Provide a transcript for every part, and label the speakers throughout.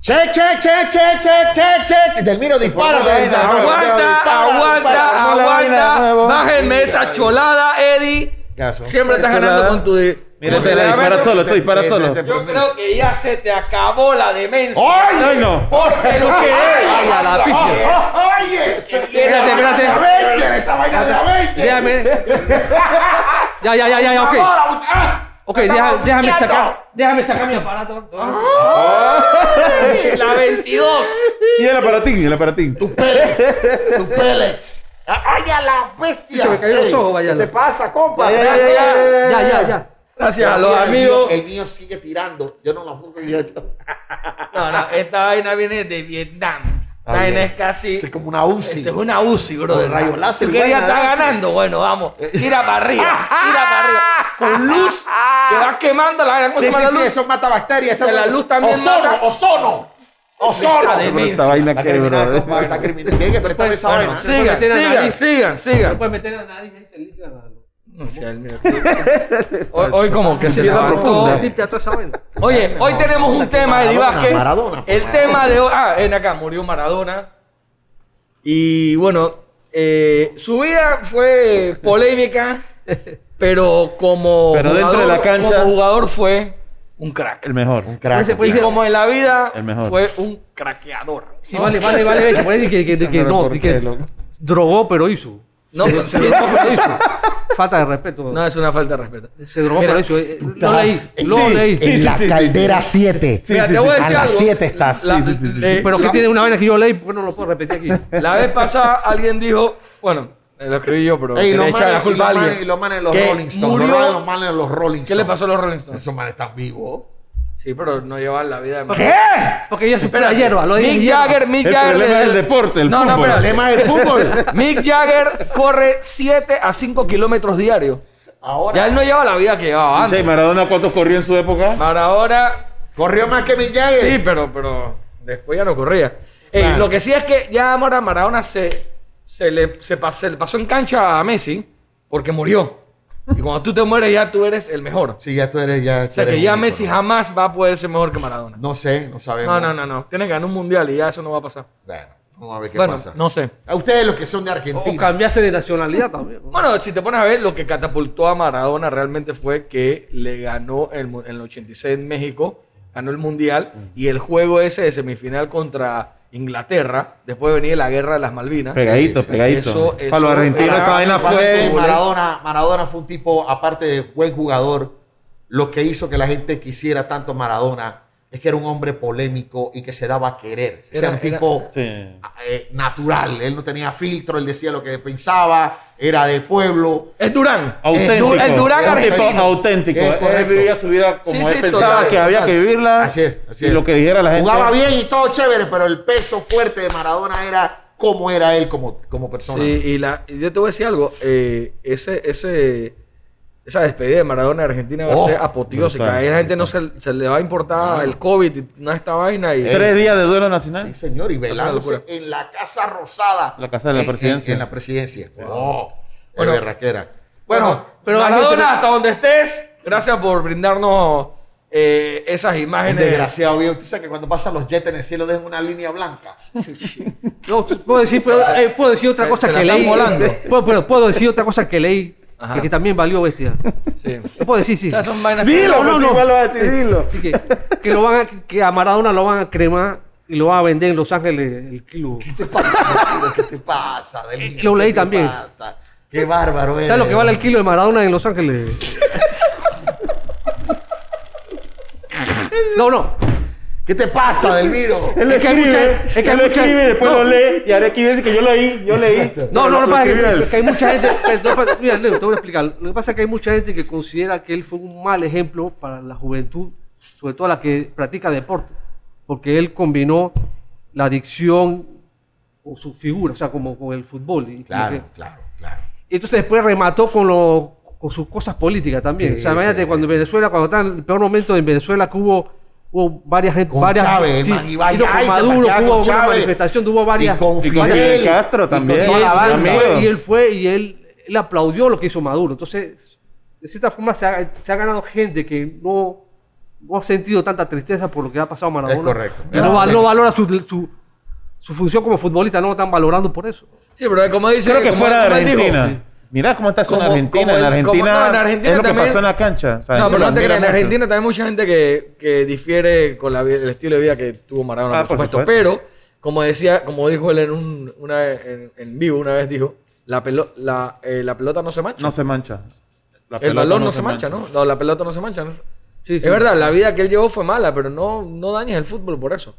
Speaker 1: Check, check, check, check, check, check, check. Delmiro, dispara.
Speaker 2: Aguanta, aguanta, aguanta. Bájenme esa cholada, Eddie.
Speaker 1: Caso.
Speaker 2: Siempre estás ganando
Speaker 3: Cholada.
Speaker 2: con tu.
Speaker 3: Mira,
Speaker 2: ¿Cómo se
Speaker 3: espera,
Speaker 2: llama
Speaker 3: dispara
Speaker 2: eso?
Speaker 3: solo, tú dispara solo.
Speaker 2: Yo creo que ya se te acabó la demencia.
Speaker 1: ¡Ay!
Speaker 3: Ay, no.
Speaker 2: Porque lo que es. Ay, a la pifia.
Speaker 1: ¡Oye!
Speaker 2: Espérate, espérate.
Speaker 1: ¡De Avenger! ¡Esta vaina de Avenger!
Speaker 2: Déjame. Ya, ya, ya, ya, ya, ok.
Speaker 1: Ahora, ah,
Speaker 2: Ok, deja-
Speaker 1: estamos
Speaker 2: déjame
Speaker 1: viendo.
Speaker 2: sacar. Déjame sacar mi aparato. La 22.
Speaker 3: Y el aparatín, el aparatín.
Speaker 1: Pellets. tus pellets. Ah, ¡Ay, a la bestia!
Speaker 2: Chucho, me cayó los
Speaker 1: Ey,
Speaker 2: ojos, vaya.
Speaker 4: Este
Speaker 1: ¿Qué te pasa, compa?
Speaker 3: Ya, ya, ya,
Speaker 1: Gracias.
Speaker 3: ya, ya,
Speaker 2: Ya, ya, ya. Gracias a los
Speaker 1: El mío-
Speaker 2: amigos.
Speaker 1: El mío sigue tirando. Yo no la pongo directo.
Speaker 2: No, no, esta vaina viene de Vietnam. Esta vaina es casi.
Speaker 1: Es como una UCI.
Speaker 2: Esto Este es una UCI, bro.
Speaker 1: Ah, Con rayo láser,
Speaker 2: Tú querías
Speaker 1: vaina, Eh.
Speaker 2: estar
Speaker 1: ¿verdad?
Speaker 2: ganando. Bueno, vamos. Tira para arriba. Tira para arriba. Con luz. Te vas quemando la vaina. ¿Cómo se
Speaker 1: Sí, sí,
Speaker 2: llama la
Speaker 1: sí,
Speaker 2: luz?
Speaker 1: eso mata bacterias. eso
Speaker 2: Que la
Speaker 1: mata-
Speaker 2: luz también
Speaker 1: Ozono,
Speaker 2: mata.
Speaker 1: ozono. Ozono.
Speaker 2: Demencia.
Speaker 3: Pero esta vaina
Speaker 1: Está
Speaker 3: que, eh.
Speaker 1: criminal,
Speaker 3: bro.
Speaker 1: compa, está criminal. Tiene que prestarme esa
Speaker 2: Bueno,
Speaker 1: vaina.
Speaker 2: sigan,
Speaker 3: meter a
Speaker 2: sigan,
Speaker 3: nadie.
Speaker 2: sigan, sigan.
Speaker 4: puedes meter a nadie gente limpia.
Speaker 2: O sea, el mío. Hoy, hoy como que se
Speaker 3: Empieza
Speaker 2: levantó.
Speaker 3: profunda.
Speaker 4: Ah, Limpia toda esa vaina.
Speaker 2: Oye, hoy tenemos un tema de
Speaker 1: Maradona,
Speaker 2: Vázquez.
Speaker 1: Maradona, por
Speaker 2: El
Speaker 3: pues.
Speaker 1: favor.
Speaker 2: tema de hoy. Ah, en acá murió Maradona. Y bueno, eh, su vida fue polémica, pero como
Speaker 3: Pero dentro de la cancha-
Speaker 2: como jugador fue un crack.
Speaker 3: El mejor.
Speaker 1: Crack.
Speaker 4: Ese
Speaker 2: Y
Speaker 4: puede-
Speaker 2: como en la vida
Speaker 3: El mejor.
Speaker 2: fue un craqueador.
Speaker 4: Sí, vale, vale, vale. vale, que por ahí que, que, que,
Speaker 3: Eso me lo
Speaker 4: no,
Speaker 3: corté,
Speaker 4: que
Speaker 3: loco.
Speaker 4: drogó, pero hizo.
Speaker 2: No, se drogó, pero hizo.
Speaker 4: Falta de respeto.
Speaker 2: no es una falta de respeto.
Speaker 4: Se drogó,
Speaker 2: Mira,
Speaker 4: pero hizo. eh, eh, Lo
Speaker 1: estás-
Speaker 4: leí, lo
Speaker 3: Sí.
Speaker 4: leí.
Speaker 3: Sí.
Speaker 1: En la caldera 7.
Speaker 2: Mira, te voy a
Speaker 1: sí.
Speaker 2: decir
Speaker 1: A las
Speaker 2: algo.
Speaker 1: siete estás.
Speaker 2: La-
Speaker 3: Sí, sí, sí, sí, sí.
Speaker 2: eh,
Speaker 4: Pero que
Speaker 2: la-
Speaker 4: tiene una vaina que yo leí, pues no lo puedo repetir aquí.
Speaker 2: La vez pasada alguien dijo, bueno, eh, lo escribí yo, pero
Speaker 1: Ey,
Speaker 2: que
Speaker 1: los
Speaker 2: le echaba
Speaker 1: manes-
Speaker 2: la culpa a
Speaker 1: y los
Speaker 2: alguien.
Speaker 1: manes- y los manes de los
Speaker 2: que
Speaker 1: Rolling Stones.
Speaker 2: murió-
Speaker 1: Los manes- los manes de los Rolling
Speaker 2: ¿Qué
Speaker 1: Stones.
Speaker 2: le pasó a los Rolling Stones?
Speaker 1: Esos manes están vivos.
Speaker 2: Sí, pero no llevan la vida de Maradona.
Speaker 1: ¿Qué?
Speaker 4: Porque ella supera hierba, lo dije.
Speaker 2: Mick
Speaker 4: hierba.
Speaker 2: Jagger, Mick
Speaker 3: El
Speaker 2: Jagger.
Speaker 3: problema
Speaker 2: le-
Speaker 3: es el deporte, el
Speaker 2: no, No,
Speaker 3: fútbol.
Speaker 2: pero
Speaker 1: El tema del fútbol.
Speaker 2: Mick Jagger corre 7 a 5 kilómetros diarios.
Speaker 1: Ahora
Speaker 2: Ya él no lleva la vida que llevaba
Speaker 3: Che,
Speaker 2: antes.
Speaker 3: ¿y Maradona cuántos corrió en su época?
Speaker 2: Para ahora,
Speaker 1: corrió más que Mick Jagger.
Speaker 2: sí, pero, pero después ya no corría. Ey,
Speaker 1: Claro.
Speaker 2: Lo que sí es que ya ahora Maradona se, se, le, se, pas- se le pasó en cancha a Messi porque murió. Y cuando tú te mueres ya tú eres el mejor.
Speaker 1: Sí, ya tú eres ya.
Speaker 2: O sea que ya Messi jamás va a poder ser mejor que Maradona.
Speaker 1: No sé, no sabemos.
Speaker 2: No, no, no, no. Tienes que ganar un mundial y ya eso no va a pasar.
Speaker 1: Bueno, vamos a ver qué
Speaker 2: bueno,
Speaker 1: pasa.
Speaker 2: no sé.
Speaker 1: A ustedes los que son de
Speaker 4: O
Speaker 1: Argentina.
Speaker 4: cambiase de nacionalidad también. ¿no?
Speaker 2: Bueno, si te pones a ver, lo que catapultó a Maradona realmente fue que le ganó el mu- en el 86 en México, ganó el mundial y el juego ese de semifinal contra Inglaterra, después venía la guerra de las Malvinas.
Speaker 3: Pegadito,
Speaker 1: sí, sí.
Speaker 3: pegadito.
Speaker 2: Eso-
Speaker 3: Para los
Speaker 2: eso-
Speaker 3: argentinos
Speaker 2: Ahora,
Speaker 3: esa vaina
Speaker 1: Igualmente,
Speaker 3: fue...
Speaker 1: Maradona, Maradona fue un tipo, aparte de buen jugador, lo que hizo que la gente quisiera tanto a Maradona es que era un hombre polémico y que se daba a querer. Era,
Speaker 2: Era-
Speaker 1: un
Speaker 2: era-
Speaker 1: tipo
Speaker 3: Sí.
Speaker 1: eh, natural. Él no tenía filtro, él decía lo que pensaba, era de pueblo.
Speaker 2: Es Durán.
Speaker 3: Auténtico.
Speaker 2: El, Du- el Durán
Speaker 3: Era un tipo
Speaker 2: argentino.
Speaker 3: Auténtico.
Speaker 1: Es
Speaker 3: Él
Speaker 1: correcto.
Speaker 3: vivía su vida como
Speaker 2: Sí,
Speaker 3: él
Speaker 2: sí,
Speaker 3: pensaba
Speaker 2: total,
Speaker 3: que había
Speaker 2: total.
Speaker 3: que vivirla.
Speaker 1: Así es, así
Speaker 3: Y
Speaker 1: es.
Speaker 3: lo que dijera la gente.
Speaker 1: Jugaba bien y todo chévere, pero el peso fuerte de Maradona era cómo era él como, como persona.
Speaker 2: Sí, y, la, y yo te voy a decir algo. eh, ese, ese, esa despedida de Maradona de Argentina va a
Speaker 1: Oh,
Speaker 2: ser apoteósica.
Speaker 3: brutal,
Speaker 2: Ahí la gente no se, se le va a importar el COVID y nada de esta vaina. Y,
Speaker 3: Tres días de duelo nacional.
Speaker 1: Sí, señor, y
Speaker 2: locura.
Speaker 1: velándose en la Casa Rosada.
Speaker 3: La casa de la
Speaker 1: En- en-
Speaker 3: presidencia.
Speaker 1: En, la presidencia. Oh, qué
Speaker 2: Bueno.
Speaker 1: berraquera. Bueno,
Speaker 2: pero
Speaker 4: pero
Speaker 2: Maradona,
Speaker 4: la gente-
Speaker 2: hasta donde estés, gracias por brindarnos eh, esas
Speaker 1: un
Speaker 2: imágenes.
Speaker 1: desgraciado, viejo. Usted sabe que cuando pasan los jets en el cielo dejan una línea blanca.
Speaker 4: No, puedo decir, pero, eh, puedo decir otra
Speaker 2: se-
Speaker 4: cosa
Speaker 2: se la
Speaker 4: que
Speaker 2: están
Speaker 4: leí.
Speaker 2: volando.
Speaker 4: Puedo, pero puedo decir otra cosa que leí.
Speaker 2: Ajá.
Speaker 4: Que, que también valió bestia.
Speaker 2: Sí.
Speaker 4: Yo Puedo decir, sí.
Speaker 2: O sea, son vainas
Speaker 3: Dilo,
Speaker 4: No,
Speaker 3: pues,
Speaker 4: no.
Speaker 3: igual lo va a decir, dilo.
Speaker 4: Así que, que lo van a, que a Maradona lo van a cremar y lo van a vender en Los Ángeles el club.
Speaker 1: ¿Qué te pasa? tío? ¿Qué te pasa? Delito?
Speaker 4: Lo leí
Speaker 1: ¿Qué te
Speaker 4: también.
Speaker 1: pasa? Qué bárbaro eres.
Speaker 4: ¿Sabes lo que vale el kilo de Maradona en Los Ángeles? No, no.
Speaker 1: ¿Qué te pasa, Delmiro?
Speaker 3: Él
Speaker 4: Es que hay
Speaker 3: escribe,
Speaker 4: mucha- es que hay
Speaker 3: él lo
Speaker 4: mucha-
Speaker 3: escribe, después
Speaker 4: no.
Speaker 3: lo lee y ahora aquí dice que yo leí, yo leí.
Speaker 4: No, no,
Speaker 3: Pero
Speaker 4: no,
Speaker 3: lo
Speaker 4: pasa
Speaker 3: escribió
Speaker 4: que,
Speaker 3: él.
Speaker 4: que hay mucha gente. pues, no pasa- mira, Leo, te voy a explicar. Lo que pasa es que hay mucha gente que considera que él fue un mal ejemplo para la juventud, sobre todo la que practica deporte, porque él combinó la adicción con su figura, o sea, como con el fútbol. Y,
Speaker 1: Claro,
Speaker 4: como que-
Speaker 1: claro, claro.
Speaker 4: y entonces después remató con, lo- con sus cosas políticas también.
Speaker 1: Sí,
Speaker 4: o sea, imagínate
Speaker 1: sí,
Speaker 4: cuando
Speaker 1: sí,
Speaker 4: en Venezuela, cuando estaba en el peor momento en Venezuela, que hubo. Hubo varias gente,
Speaker 1: Con
Speaker 4: varias,
Speaker 1: Chávez, el man, y vaya,
Speaker 4: y no, con
Speaker 1: ay, se
Speaker 4: Maduro,
Speaker 1: pateaba
Speaker 4: hubo
Speaker 1: con
Speaker 4: una
Speaker 1: Chávez.
Speaker 4: manifestación, hubo varias.
Speaker 1: Y con
Speaker 3: Y
Speaker 1: Fidel.
Speaker 3: con Fidel Castro
Speaker 1: y con
Speaker 3: también.
Speaker 1: toda la
Speaker 3: Y-
Speaker 1: banda.
Speaker 4: Y él fue-
Speaker 3: Amigo.
Speaker 4: Y él fue y él, él aplaudió lo que hizo Maduro. Entonces, de cierta forma se ha, se ha ganado gente que no no ha sentido tanta tristeza por lo que ha pasado a Maradona.
Speaker 1: Es correcto.
Speaker 4: Y no, va- no valora su, su- su función como futbolista, no lo están valorando por eso.
Speaker 2: Sí, pero como dice.
Speaker 3: Creo que
Speaker 2: como-
Speaker 3: fuera de
Speaker 2: como él dijo,
Speaker 3: Argentina. Mirá cómo está eso en
Speaker 2: Como- como
Speaker 3: Argentina.
Speaker 2: el-
Speaker 3: En
Speaker 2: como- no, en
Speaker 3: Argentina
Speaker 2: Argentina
Speaker 3: es lo que
Speaker 2: también-
Speaker 3: pasó en la cancha. o sea,
Speaker 2: No, pero
Speaker 3: lo
Speaker 2: no te creas,
Speaker 3: admiran
Speaker 2: en
Speaker 3: mucho.
Speaker 2: Argentina también hay mucha gente que, que difiere con la vi- el estilo de vida que tuvo Maradona,
Speaker 3: Ah,
Speaker 2: por,
Speaker 3: por
Speaker 2: supuesto.
Speaker 3: supuesto.
Speaker 2: Pero, como decía, como dijo él en, un, una- en, en vivo una vez, dijo, la, pelo- la, eh, la pelota no se mancha.
Speaker 3: No se mancha. La
Speaker 2: el
Speaker 3: pelota
Speaker 2: balón no, se mancha, ¿no? No, la pelota no se mancha. ¿no? es verdad, la vida que él llevó fue mala, pero no, no dañes el fútbol por eso.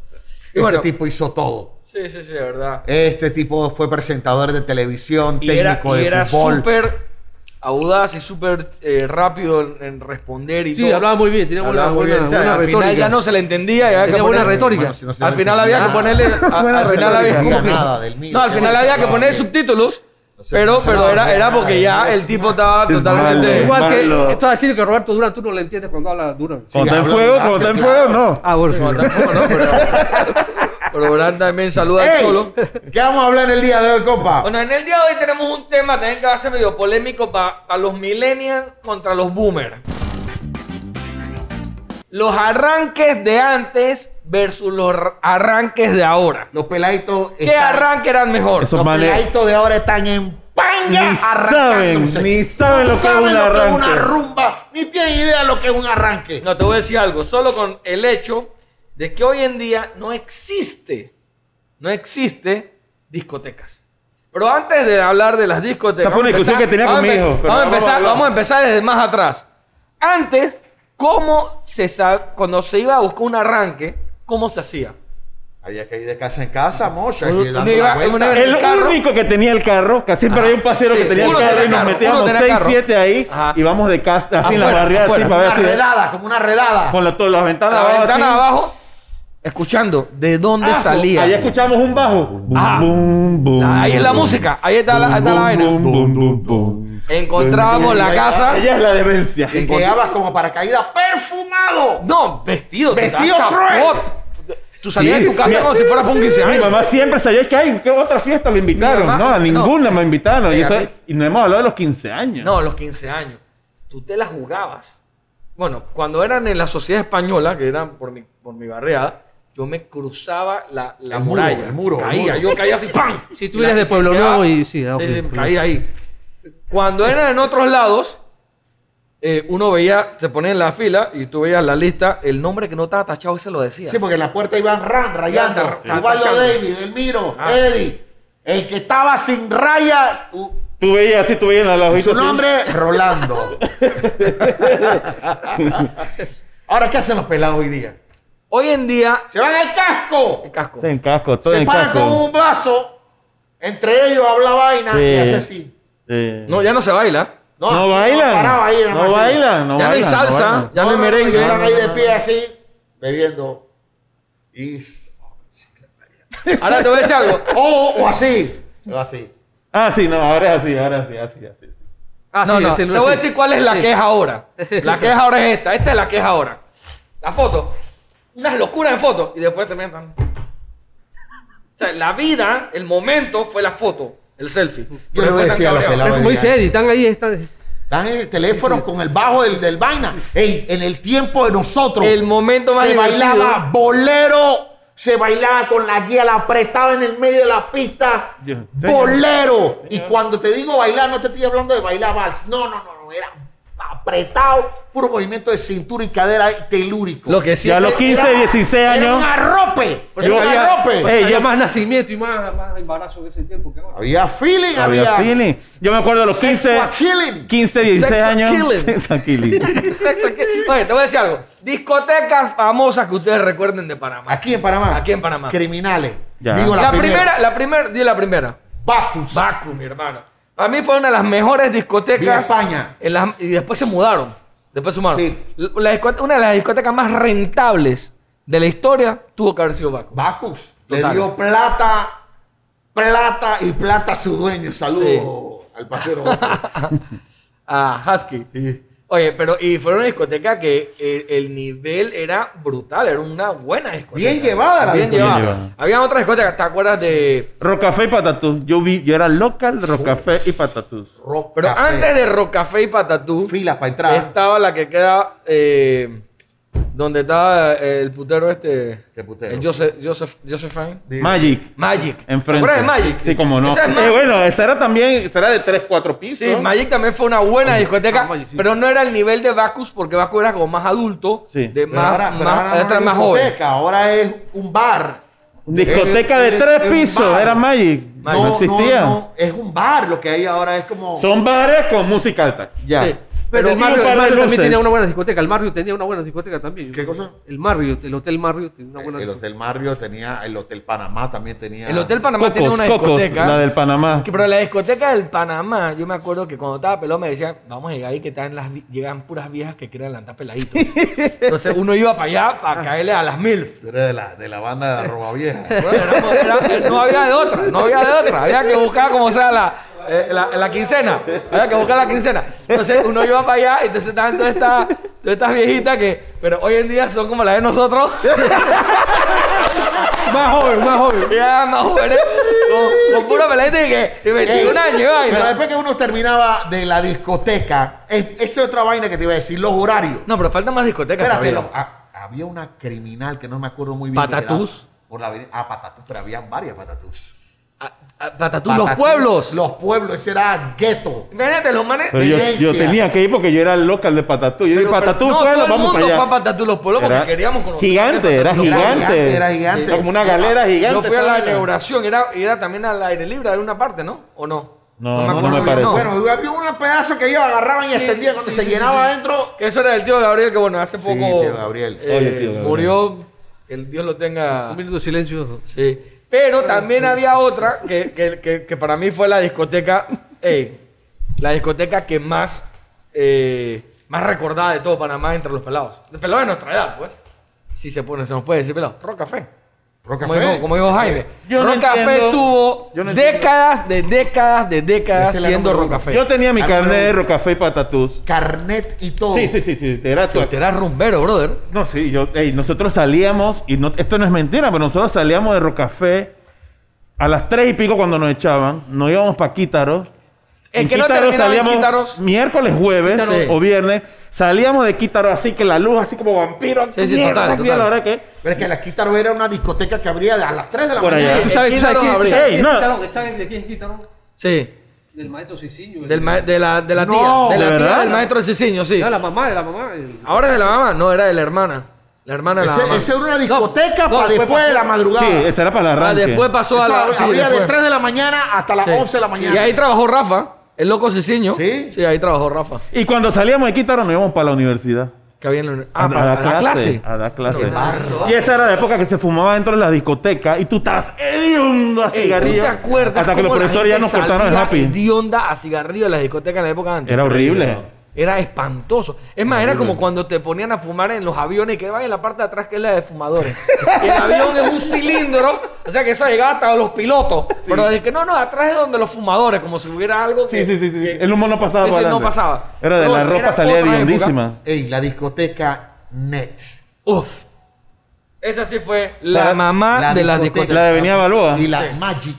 Speaker 2: Y
Speaker 1: Ese
Speaker 2: bueno,
Speaker 1: tipo hizo todo.
Speaker 2: sí, sí, sí, de verdad.
Speaker 1: Este tipo fue presentador de televisión,
Speaker 2: y era,
Speaker 1: técnico
Speaker 2: y
Speaker 1: de
Speaker 2: era
Speaker 1: fútbol.
Speaker 2: súper audaz y súper eh, rápido en, en responder y
Speaker 4: Sí,
Speaker 2: todo.
Speaker 4: hablaba muy bien, tenía buena,
Speaker 2: Hablaba muy
Speaker 4: buena-
Speaker 2: bien. O sea,
Speaker 4: buena
Speaker 2: al final
Speaker 4: retórica.
Speaker 2: ya no se le entendía. y había que
Speaker 4: Tenía buena
Speaker 2: ponerle-
Speaker 4: retórica.
Speaker 1: Bueno, si no se
Speaker 2: al
Speaker 1: le
Speaker 2: final
Speaker 1: entendía
Speaker 2: había que
Speaker 1: nada.
Speaker 2: ponerle.
Speaker 1: Buena
Speaker 2: a- al final
Speaker 1: retórica.
Speaker 2: había
Speaker 1: No, nada del mío.
Speaker 2: No, al final había que poner subtítulos.
Speaker 1: sé,
Speaker 2: Pero,
Speaker 1: no se
Speaker 2: pero
Speaker 1: nada,
Speaker 2: era, era
Speaker 1: nada,
Speaker 2: porque ya
Speaker 1: nada.
Speaker 2: el tipo estaba
Speaker 3: Es
Speaker 2: totalmente.
Speaker 3: malo.
Speaker 4: Igual
Speaker 3: Malo.
Speaker 4: que esto es decir que Roberto Durán, tú no le entiendes cuando habla Durán.
Speaker 1: Sí,
Speaker 3: Cuando está en
Speaker 1: hablando
Speaker 3: fuego,
Speaker 1: de
Speaker 3: cuando está en
Speaker 1: arte,
Speaker 3: fuego,
Speaker 1: claro.
Speaker 3: no.
Speaker 4: Ah, bueno, sí.
Speaker 2: No, tampoco, ¿no? Pero, pero Brand también saluda al
Speaker 1: ¡Ey!
Speaker 2: Cholo.
Speaker 1: ¿Qué vamos a hablar el día de hoy, compa?
Speaker 2: Bueno, en el día de hoy tenemos un tema también que va a ser medio polémico para los millennials contra los boomers. Los arranques de antes versus los r- arranques de ahora.
Speaker 1: Los peladitos.
Speaker 2: ¿Qué
Speaker 1: están-
Speaker 2: arranque eran mejor?
Speaker 3: Eso-
Speaker 1: Los
Speaker 3: Manes.
Speaker 1: peladitos de ahora están en panga
Speaker 3: Ni saben,
Speaker 1: arrancándose.
Speaker 3: ni saben
Speaker 1: No
Speaker 3: lo que es
Speaker 1: saben
Speaker 3: un
Speaker 1: lo que es
Speaker 3: arranque.
Speaker 1: una rumba, ni tienen idea lo que es un arranque.
Speaker 2: No, te voy a decir algo. Solo con el hecho de que hoy en día no existe, no existe discotecas. Pero antes de hablar de las discotecas...
Speaker 3: Esa fue una
Speaker 2: vamos a
Speaker 3: discusión que tenía
Speaker 2: vamos a
Speaker 3: con mi
Speaker 2: empezar-
Speaker 3: hijo, pero
Speaker 2: Vamos a,
Speaker 3: vamos a
Speaker 2: empezar,
Speaker 3: hablar.
Speaker 2: vamos a empezar desde más atrás. Antes, ¿cómo se sa- cuando se iba a buscar un arranque, cómo se hacía?
Speaker 1: Había que ir de casa en casa, mocha,
Speaker 2: Un-
Speaker 1: y dando
Speaker 2: un-
Speaker 1: la
Speaker 2: un-
Speaker 1: vuelta.
Speaker 2: un-
Speaker 3: El
Speaker 2: el carro.
Speaker 3: único que tenía el carro, que siempre había un pasero
Speaker 2: Sí,
Speaker 3: que tenía el
Speaker 2: uno
Speaker 3: carro
Speaker 2: tenía
Speaker 3: y nos
Speaker 2: carro,
Speaker 3: metíamos
Speaker 2: uno tenía
Speaker 3: 6,
Speaker 2: carro.
Speaker 3: 7 ahí
Speaker 2: Ajá.
Speaker 3: y vamos de casa, así en la
Speaker 2: Afuera,
Speaker 3: barriada, así
Speaker 2: afuera.
Speaker 3: para ver
Speaker 1: Una
Speaker 3: así.
Speaker 1: redada, como una redada.
Speaker 3: Con la, todas las ventanas
Speaker 2: La
Speaker 3: abajo.
Speaker 2: ventana
Speaker 3: así.
Speaker 2: abajo, escuchando, ¿de dónde
Speaker 3: Ajo.
Speaker 2: salía?
Speaker 3: Ahí escuchamos un bajo. Bum,
Speaker 2: Ajá.
Speaker 3: bum, bum,
Speaker 2: La- ahí es la
Speaker 3: bum,
Speaker 2: música, ahí está la, ahí está la
Speaker 3: bum,
Speaker 2: vaina.
Speaker 3: bum, bum, bum, bum.
Speaker 2: Encontrábamos la casa...
Speaker 3: Ella es la demencia.
Speaker 1: Y llegabas como paracaídas perfumado.
Speaker 2: No, vestido. te
Speaker 1: Vestido
Speaker 2: da
Speaker 1: cruel.
Speaker 2: chapot. Tú salías
Speaker 3: Sí.
Speaker 2: de tu casa
Speaker 3: Mi-
Speaker 2: como si fueras para un 15
Speaker 3: Mi
Speaker 2: años.
Speaker 3: mamá siempre sabía que hay ¿qué otra fiesta lo invitaron.
Speaker 2: Mi mamá-
Speaker 3: no,
Speaker 2: no.
Speaker 3: a ninguna me invitaron. Y, eso-
Speaker 2: Fíjate.
Speaker 3: y no hemos hablado de los 15 años.
Speaker 2: No, a los 15 años. Tú te la jugabas. Bueno, cuando eran en la sociedad española, que eran por mi, por mi barriada, yo me cruzaba la, la
Speaker 1: El muro,
Speaker 2: muralla.
Speaker 1: el muro, el
Speaker 2: Caía,
Speaker 1: muro.
Speaker 2: yo caía así, ¡pam!
Speaker 4: Si tú eres de Pueblo
Speaker 2: quedaba-
Speaker 4: Nuevo y sí, ah, ok.
Speaker 2: sí, sí, caía ahí. Cuando eran en otros lados, eh, uno veía, se ponía en la fila y tú veías la lista, el nombre que no estaba tachado, ese lo decías.
Speaker 1: Sí, porque en la puerta iban ran,
Speaker 2: Ran,
Speaker 1: rayando.
Speaker 2: ran,
Speaker 1: Ubaldo
Speaker 2: tachando.
Speaker 1: David, Elmiro,
Speaker 2: Ah.
Speaker 1: Eddie. El que estaba sin raya, tú-
Speaker 3: Tú veías así, tú veías la hojita
Speaker 1: su
Speaker 3: así.
Speaker 1: nombre, Rolando. Ahora, ¿qué hacen los pelados hoy día?
Speaker 2: Hoy en día,
Speaker 1: Se van al casco.
Speaker 2: el casco.
Speaker 3: Está en casco, todo
Speaker 1: Se
Speaker 3: en
Speaker 1: paran
Speaker 3: casco.
Speaker 1: con un vaso. Entre ellos habla vaina
Speaker 3: Sí.
Speaker 1: y hace así.
Speaker 3: Sí.
Speaker 2: No, ya no se baila.
Speaker 3: No
Speaker 1: así,
Speaker 3: bailan.
Speaker 1: paraba ahí, nada
Speaker 3: no
Speaker 1: más así.
Speaker 3: bailan. No
Speaker 2: ya no hay
Speaker 3: bailan, no
Speaker 2: salsa,
Speaker 3: bailan.
Speaker 2: ya no hay merengue.
Speaker 1: Están ahí de pie así, bebiendo. Y...
Speaker 2: Ahora te voy a decir algo.
Speaker 1: O, o así. O así.
Speaker 3: Ah, sí, no, ahora es así, ahora es así, así, así.
Speaker 4: Ah, sí,
Speaker 2: no, no,
Speaker 4: el
Speaker 2: te
Speaker 4: celular,
Speaker 2: voy a
Speaker 4: sí.
Speaker 2: decir cuál es la
Speaker 4: Sí.
Speaker 2: queja ahora. La queja ahora es esta. Esta es la queja ahora. La foto. Unas locuras en foto. Y después te mientan. O sea, la vida, el momento fue la foto, el selfie.
Speaker 1: Yo le voy a decir a los
Speaker 4: Es
Speaker 1: pelados.
Speaker 4: como dice Eddie, están ahí, están...
Speaker 1: Están en el teléfono con el bajo del, del vaina. Ey, en el tiempo de nosotros.
Speaker 2: El momento más
Speaker 1: Se
Speaker 2: divertido.
Speaker 1: bailaba bolero. Se bailaba con la guía, la apretaba en el medio de la pista.
Speaker 3: Dios.
Speaker 1: Bolero. Y cuando te digo bailar, no te estoy hablando de bailar vals. No, no, no, no. Era apretado, puro movimiento de cintura y cadera telúrico.
Speaker 2: Lo que sí
Speaker 3: Ya
Speaker 2: es
Speaker 3: lo
Speaker 2: que-
Speaker 3: quise. 15, 16
Speaker 1: Era un
Speaker 3: años. Pues
Speaker 1: arrope. Era un
Speaker 3: había- eh,
Speaker 1: arrope.
Speaker 3: Ey,
Speaker 4: Había
Speaker 3: yo-
Speaker 4: más nacimiento y más, más embarazo en ese tiempo que ahora.
Speaker 1: Había feeling, había.
Speaker 3: Había feeling. Yo me acuerdo de los 15,
Speaker 1: Sexual killing.
Speaker 3: 15, 16
Speaker 2: Sexual
Speaker 3: años.
Speaker 2: killing.
Speaker 3: Sexual killing.
Speaker 2: Sexo, ¿qué? Oye, te voy a decir algo. Discotecas famosas que ustedes recuerden de Panamá.
Speaker 1: Aquí en Panamá.
Speaker 2: Aquí en Panamá.
Speaker 1: Criminales.
Speaker 3: Ya.
Speaker 1: Digo la,
Speaker 2: la primera, la primera, di la primera.
Speaker 1: Bacus.
Speaker 2: Baku, mi hermano. Para mí fue una de las mejores
Speaker 1: Vía
Speaker 2: discotecas.
Speaker 1: España.
Speaker 2: En las- y después se mudaron. Después se mudaron.
Speaker 1: Sí.
Speaker 2: L- la discote- una de las discotecas más rentables de la historia tuvo que haber sido Baku.
Speaker 1: Bacus. Le
Speaker 2: Total.
Speaker 1: dio plata, plata y plata a su dueño. Saludos al pasero.
Speaker 2: A Ah, Husky. Oye, pero y fue una discoteca que eh, el, nivel era brutal. Era una buena discoteca.
Speaker 1: Bien llevada la
Speaker 2: Bien
Speaker 1: discoteca.
Speaker 2: llevada.
Speaker 3: Bien llevada.
Speaker 2: Había otras discotecas, ¿te acuerdas de...?
Speaker 3: Rocafé y Patatús. Yo vi, yo era local, Rocafé y Patatús.
Speaker 1: Rock
Speaker 2: Pero
Speaker 1: Café.
Speaker 2: antes de Rocafé y Patatú,
Speaker 1: Filas para entrar.
Speaker 2: estaba la que queda... eh, donde está eh, el putero este.
Speaker 1: ¿Qué putero?
Speaker 2: El Joseph, Joseph, Josephine.
Speaker 1: Di-
Speaker 3: Magic.
Speaker 2: Magic. ¿Te
Speaker 3: Enfrente.
Speaker 2: acuerdas de Magic?
Speaker 3: Sí, como no.
Speaker 2: Esa es
Speaker 3: Eh,
Speaker 2: Magic.
Speaker 3: bueno, esa era también, será de 3, 4 pisos.
Speaker 2: Sí, Magic también fue una buena discoteca,
Speaker 4: ah, Magic, sí.
Speaker 2: pero no era el nivel de Bacchus porque Bacchus era como más adulto,
Speaker 3: Sí.
Speaker 2: de
Speaker 1: Pero
Speaker 2: más,
Speaker 1: ahora- pero
Speaker 2: más-
Speaker 1: ahora no
Speaker 2: era
Speaker 1: es
Speaker 2: más joven.
Speaker 1: discoteca, Ahora es un bar.
Speaker 3: Discoteca
Speaker 1: Es-
Speaker 3: de
Speaker 1: es- es
Speaker 3: 3
Speaker 1: un
Speaker 3: pisos,
Speaker 1: bar.
Speaker 3: era Magic.
Speaker 2: Eh, Magic.
Speaker 3: No existía.
Speaker 1: no, es un bar lo que hay ahora. Es como.
Speaker 3: Son bares con música alta.
Speaker 1: ya.
Speaker 2: Sí.
Speaker 4: Ah. Pero
Speaker 2: Pero
Speaker 4: el Mario,
Speaker 3: digo,
Speaker 4: el
Speaker 3: para
Speaker 4: Mario
Speaker 3: luces.
Speaker 4: también tenía una buena discoteca. El Mario tenía una buena discoteca también.
Speaker 1: ¿Qué cosa?
Speaker 4: El Mario, el Hotel Mario tenía
Speaker 2: Eh,
Speaker 4: una buena
Speaker 1: El Hotel Mario tenía, el Hotel Panamá también tenía.
Speaker 2: El Hotel Panamá
Speaker 3: Cocos,
Speaker 2: tiene una
Speaker 3: Cocos,
Speaker 2: discoteca.
Speaker 3: la del Panamá.
Speaker 2: Que- Pero la discoteca del Panamá, yo me acuerdo que cuando estaba pelado me decían, vamos a llegar ahí que están las vi- llegan puras viejas que quieren levantar peladitos. Entonces uno iba para allá para caerle a las mil.
Speaker 1: Tú eres de la, de la banda de la Roma Vieja.
Speaker 2: Bueno, éramos- era- eh, no había de otra, no había de otra. Había que buscar como sea la, eh, la, la quincena. Había que buscar la quincena. Entonces uno iba para allá, entonces estaban todas estas, todas estas viejitas que, pero hoy en día son como las de nosotros.
Speaker 4: Más joven, más joven.
Speaker 2: ya más jóvenes, con, con pura peladita de que de 21 años. y vaina.
Speaker 1: Pero después que uno terminaba de la discoteca, es- esa es otra vaina que te iba a decir, los horarios.
Speaker 2: No, pero faltan más discotecas.
Speaker 1: Espérate,
Speaker 2: todavía.
Speaker 1: los- ha- había una criminal que no me acuerdo muy bien. que
Speaker 2: Patatús.
Speaker 1: quedaba Por la avenida- ah, Patatús, pero había varias Patatús.
Speaker 2: A- a- Patatús, los
Speaker 1: Patatús,
Speaker 2: pueblos.
Speaker 1: Los pueblos, ese era gueto.
Speaker 2: Imagínate, los manes.
Speaker 3: Pero yo, yo
Speaker 1: Evidencia.
Speaker 3: tenía que ir porque yo era el local de Patatú. Yo dije,
Speaker 2: pero-
Speaker 3: Patatú,
Speaker 2: no,
Speaker 3: pueblo,
Speaker 2: todo el
Speaker 3: vamos
Speaker 2: mundo
Speaker 3: para allá.
Speaker 2: fue a Patatú, los pueblos, porque
Speaker 3: Era
Speaker 2: queríamos conocer.
Speaker 3: Gigante,
Speaker 2: Patatús,
Speaker 3: era
Speaker 2: los pueblos.
Speaker 3: gigante.
Speaker 1: era gigante.
Speaker 3: Era como una galera gigante.
Speaker 2: Yo fui a
Speaker 3: esa
Speaker 2: la
Speaker 3: vaina.
Speaker 2: inauguración, era, era también al aire libre, era una parte, ¿no? ¿O no?
Speaker 3: No, no, no me
Speaker 2: bien,
Speaker 3: parece.
Speaker 1: Bueno, había un pedazo que ellos agarraban y
Speaker 2: Sí,
Speaker 1: extendían cuando
Speaker 2: sí,
Speaker 1: se
Speaker 2: sí,
Speaker 1: llenaba
Speaker 2: sí.
Speaker 1: adentro.
Speaker 2: Que eso era el tío Gabriel, que bueno, hace poco.
Speaker 1: tío Gabriel.
Speaker 2: eh,
Speaker 3: Oye, tío Gabriel.
Speaker 2: Murió, que el Dios lo tenga.
Speaker 4: Un minuto de silencio.
Speaker 2: Sí. Pero también había otra que, que- que- que para mí fue la discoteca, ey, la discoteca que más, eh, más recordada de todo Panamá entre los pelados. De pelados de nuestra edad, pues. Si se, pone, se nos puede decir pelado. Rock Café.
Speaker 1: Rock
Speaker 2: Como
Speaker 1: Café.
Speaker 2: dijo, como dijo Jaime.
Speaker 3: Yo no
Speaker 2: Rock Café
Speaker 3: entiendo.
Speaker 2: tuvo
Speaker 3: Yo no entiendo.
Speaker 2: décadas de décadas de décadas
Speaker 1: Esa es la
Speaker 2: siendo
Speaker 1: número
Speaker 2: Rock
Speaker 1: uno.
Speaker 2: Café.
Speaker 3: Yo tenía mi
Speaker 1: Ah,
Speaker 3: carnet
Speaker 1: pero-
Speaker 3: de Rocafé y Patatús.
Speaker 1: Carnet y
Speaker 2: Oh.
Speaker 1: todo.
Speaker 3: Sí, sí, sí, sí. Era tu-
Speaker 2: Usted era rumbero, brother.
Speaker 3: No, sí, yo, ey, nosotros salíamos, y no, esto no es mentira, pero nosotros salíamos de Rocafé a las tres y pico cuando nos echaban, nos íbamos para Quítaro.
Speaker 2: El
Speaker 3: En
Speaker 2: que no
Speaker 3: Quítaro
Speaker 2: terminaba en Quítaros.
Speaker 3: miércoles, jueves
Speaker 2: Quítaro. Sí.
Speaker 3: o viernes, salíamos de Quítaro así que la luz así como vampiro,
Speaker 2: Sí, sí,
Speaker 3: mierda,
Speaker 2: total,
Speaker 3: mierda,
Speaker 2: total.
Speaker 3: ahora que
Speaker 1: Pero es que la Quítaro era una discoteca que abría a las 3 de la
Speaker 3: Por
Speaker 1: mañana.
Speaker 3: allá.
Speaker 4: ¿Tú sabes, tú sabes
Speaker 2: Quítalo,
Speaker 4: quién, tú
Speaker 2: Gabriel.
Speaker 4: sabes
Speaker 3: Ey,
Speaker 4: quién
Speaker 3: no.
Speaker 4: quitaron? ¿Sabes ¿De quién quitaron?
Speaker 2: Sí.
Speaker 4: Del maestro Cicinho.
Speaker 2: Del ma- de la, de la
Speaker 1: No,
Speaker 2: tía. De la
Speaker 3: ¿de
Speaker 2: tía
Speaker 3: verdad?
Speaker 2: del maestro Ciciño, sí.
Speaker 4: No, la mamá, de la mamá. el-
Speaker 2: Ahora es de la mamá, no, era de la hermana. La hermana de la
Speaker 1: Ese,
Speaker 2: mamá.
Speaker 1: ese era una discoteca
Speaker 4: no,
Speaker 1: para
Speaker 4: fue
Speaker 1: después
Speaker 4: pa-
Speaker 1: de la madrugada.
Speaker 3: Sí, esa era para el
Speaker 2: Ah,
Speaker 3: arranque.
Speaker 2: después pasó a
Speaker 1: Eso
Speaker 2: la.
Speaker 1: ab-
Speaker 2: sí,
Speaker 1: abría de
Speaker 2: después.
Speaker 1: 3 de la mañana hasta las
Speaker 2: Sí.
Speaker 1: 11 de la mañana.
Speaker 2: Y ahí trabajó Rafa, el loco Ciciño.
Speaker 1: Sí.
Speaker 2: Sí, ahí trabajó Rafa.
Speaker 3: Y cuando salíamos de Quítaro nos íbamos para la universidad.
Speaker 2: Que había en la uni- ah, para- a la clase.
Speaker 3: A dar clase.
Speaker 1: Qué bárbaro.
Speaker 3: Y esa era la época que se fumaba dentro de la discoteca y tú estabas hediondo a
Speaker 2: Ey, ¿tú
Speaker 3: cigarrillo.
Speaker 2: te acuerdas?
Speaker 3: Hasta que los
Speaker 2: cómo la
Speaker 3: profesores ya
Speaker 2: gente
Speaker 3: nos cortaron el
Speaker 2: salía
Speaker 3: happy.
Speaker 2: hedionda a cigarrillo en las discotecas en la época antes.
Speaker 3: Era horrible.
Speaker 2: Era espantoso. Es más, era como cuando te ponían a fumar en los aviones que van en la parte de atrás que es la de fumadores. Y el avión es un cilindro, o sea que eso llegaba hasta los pilotos. Pero de que no, no, atrás es donde los fumadores, como si hubiera algo.
Speaker 3: Sí,
Speaker 2: que-
Speaker 3: sí, sí, sí.
Speaker 2: que-
Speaker 3: El humo no pasaba
Speaker 2: Sí,
Speaker 3: para
Speaker 2: sí, no
Speaker 3: adelante.
Speaker 2: pasaba.
Speaker 3: Era de
Speaker 2: No,
Speaker 3: la
Speaker 2: era
Speaker 3: ropa salía
Speaker 2: otra
Speaker 3: hediondísima.
Speaker 1: Ey, la discoteca Nets.
Speaker 2: Uf. Esa sí fue la
Speaker 3: O sea,
Speaker 2: mamá de las discotecas.
Speaker 3: La de Avenida Balboa.
Speaker 1: Y la Magic.